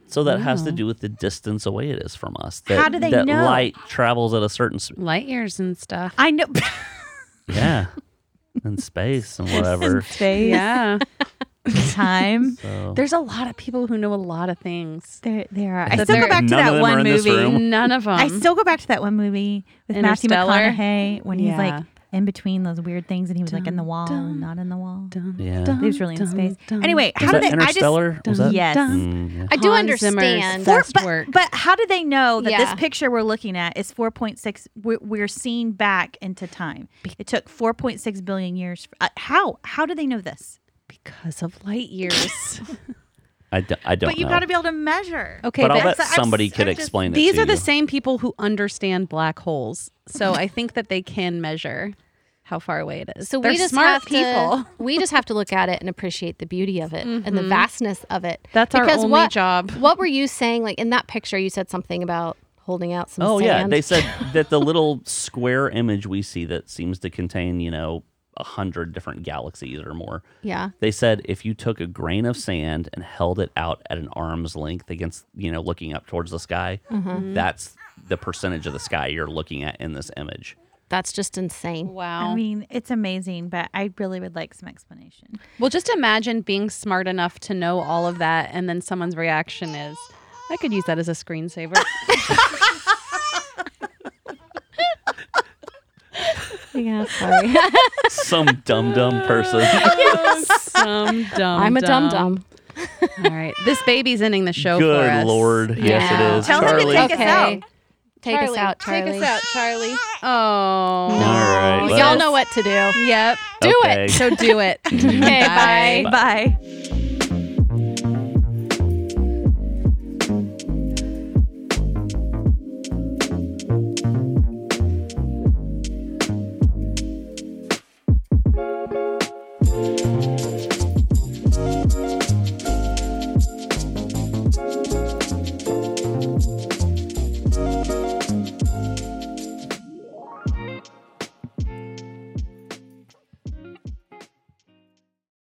[SPEAKER 4] So that has to do with the distance away it is from us. That,
[SPEAKER 3] Oh. How do they
[SPEAKER 4] that
[SPEAKER 3] know?
[SPEAKER 4] light travels at a certain speed?
[SPEAKER 1] Light years and stuff.
[SPEAKER 3] I know. (laughs)
[SPEAKER 4] Yeah. In space and
[SPEAKER 3] (laughs)
[SPEAKER 4] whatever.
[SPEAKER 1] (laughs) Yeah.
[SPEAKER 3] Time.
[SPEAKER 4] So
[SPEAKER 1] There's a lot of people who know a lot of things.
[SPEAKER 3] (laughs) There, there are. I
[SPEAKER 1] But
[SPEAKER 3] still
[SPEAKER 1] there-
[SPEAKER 3] go back to
[SPEAKER 4] None of
[SPEAKER 3] that
[SPEAKER 4] them are
[SPEAKER 3] one
[SPEAKER 4] in this
[SPEAKER 3] movie.
[SPEAKER 4] room.
[SPEAKER 1] None of them.
[SPEAKER 3] I still go back to that one movie with Matthew
[SPEAKER 1] Um, Interstellar.
[SPEAKER 3] McConaughey when he's
[SPEAKER 1] Yeah.
[SPEAKER 3] like in between those weird things and he was like in the wall
[SPEAKER 1] dun,
[SPEAKER 3] and not in the wall.
[SPEAKER 4] Yeah.
[SPEAKER 3] He was really in space. Anyway, how
[SPEAKER 4] was
[SPEAKER 3] do
[SPEAKER 4] that
[SPEAKER 3] they?
[SPEAKER 4] Interstellar? was that?
[SPEAKER 3] Yes.
[SPEAKER 4] Mm, yeah.
[SPEAKER 2] I do
[SPEAKER 1] Hans Zimmer's
[SPEAKER 2] understand.
[SPEAKER 1] Four-
[SPEAKER 3] I
[SPEAKER 1] Best
[SPEAKER 3] just. Four,
[SPEAKER 1] work.
[SPEAKER 3] but, but how do they know that
[SPEAKER 2] Yeah.
[SPEAKER 3] this picture we're looking at is 4.6? We're, we're seeing back into time. It took 4.6 billion years. Uh, how? How do they know this?
[SPEAKER 1] because of light
[SPEAKER 2] (laughs)
[SPEAKER 1] years.
[SPEAKER 4] I, d- I don't
[SPEAKER 3] But you've
[SPEAKER 4] know.
[SPEAKER 3] got to be able to measure.
[SPEAKER 1] okay,
[SPEAKER 4] but I'll
[SPEAKER 1] but
[SPEAKER 4] bet
[SPEAKER 3] that's- I'm s-
[SPEAKER 4] somebody could
[SPEAKER 3] I'm just-
[SPEAKER 4] explain it
[SPEAKER 1] these
[SPEAKER 4] to
[SPEAKER 1] are the
[SPEAKER 4] you.
[SPEAKER 1] same people who understand black holes. So I think that they can measure how far away it is.
[SPEAKER 2] So
[SPEAKER 1] They're
[SPEAKER 2] we just
[SPEAKER 1] smart
[SPEAKER 2] have
[SPEAKER 1] people.
[SPEAKER 2] to (laughs) we just have to look at it and appreciate the beauty of it and the vastness of it.
[SPEAKER 1] That's our only
[SPEAKER 2] what,
[SPEAKER 1] job.
[SPEAKER 2] What were you saying? Like in that picture, you said something about holding out some.
[SPEAKER 4] Oh, yeah.
[SPEAKER 2] sand.
[SPEAKER 4] They said that the little square image we see that seems to contain, you know, a hundred different galaxies or more.
[SPEAKER 2] yeah.
[SPEAKER 4] They said if you took a grain of sand and held it out at an arm's length against, you know, looking up towards the sky, that's the percentage of the sky you're looking at in this image.
[SPEAKER 2] That's
[SPEAKER 1] (laughs)
[SPEAKER 2] just insane.
[SPEAKER 1] Wow.
[SPEAKER 3] I mean, it's amazing, but I really would like some explanation.
[SPEAKER 1] well, just imagine being smart enough to know all of that, and then someone's reaction is, "I could use that as a
[SPEAKER 2] (laughs)
[SPEAKER 1] screensaver."
[SPEAKER 2] Yeah. Sorry.
[SPEAKER 4] Some dumb dumb person.
[SPEAKER 1] Some dumb.
[SPEAKER 2] (laughs) I'm a dum dum.
[SPEAKER 1] All right, this baby's ending the show for us.
[SPEAKER 4] Good lord. Yes,
[SPEAKER 2] Yeah.
[SPEAKER 4] it is.
[SPEAKER 3] Tell them to
[SPEAKER 4] Charlie.
[SPEAKER 3] take us out.
[SPEAKER 2] Take us out, Charlie.
[SPEAKER 1] Take us out, Charlie. Oh.
[SPEAKER 4] All right.
[SPEAKER 2] Y'all know what to do.
[SPEAKER 1] Yep.
[SPEAKER 2] Do
[SPEAKER 4] Okay.
[SPEAKER 2] it.
[SPEAKER 1] So do it.
[SPEAKER 2] Okay.
[SPEAKER 1] Bye.
[SPEAKER 2] bye.
[SPEAKER 3] Bye.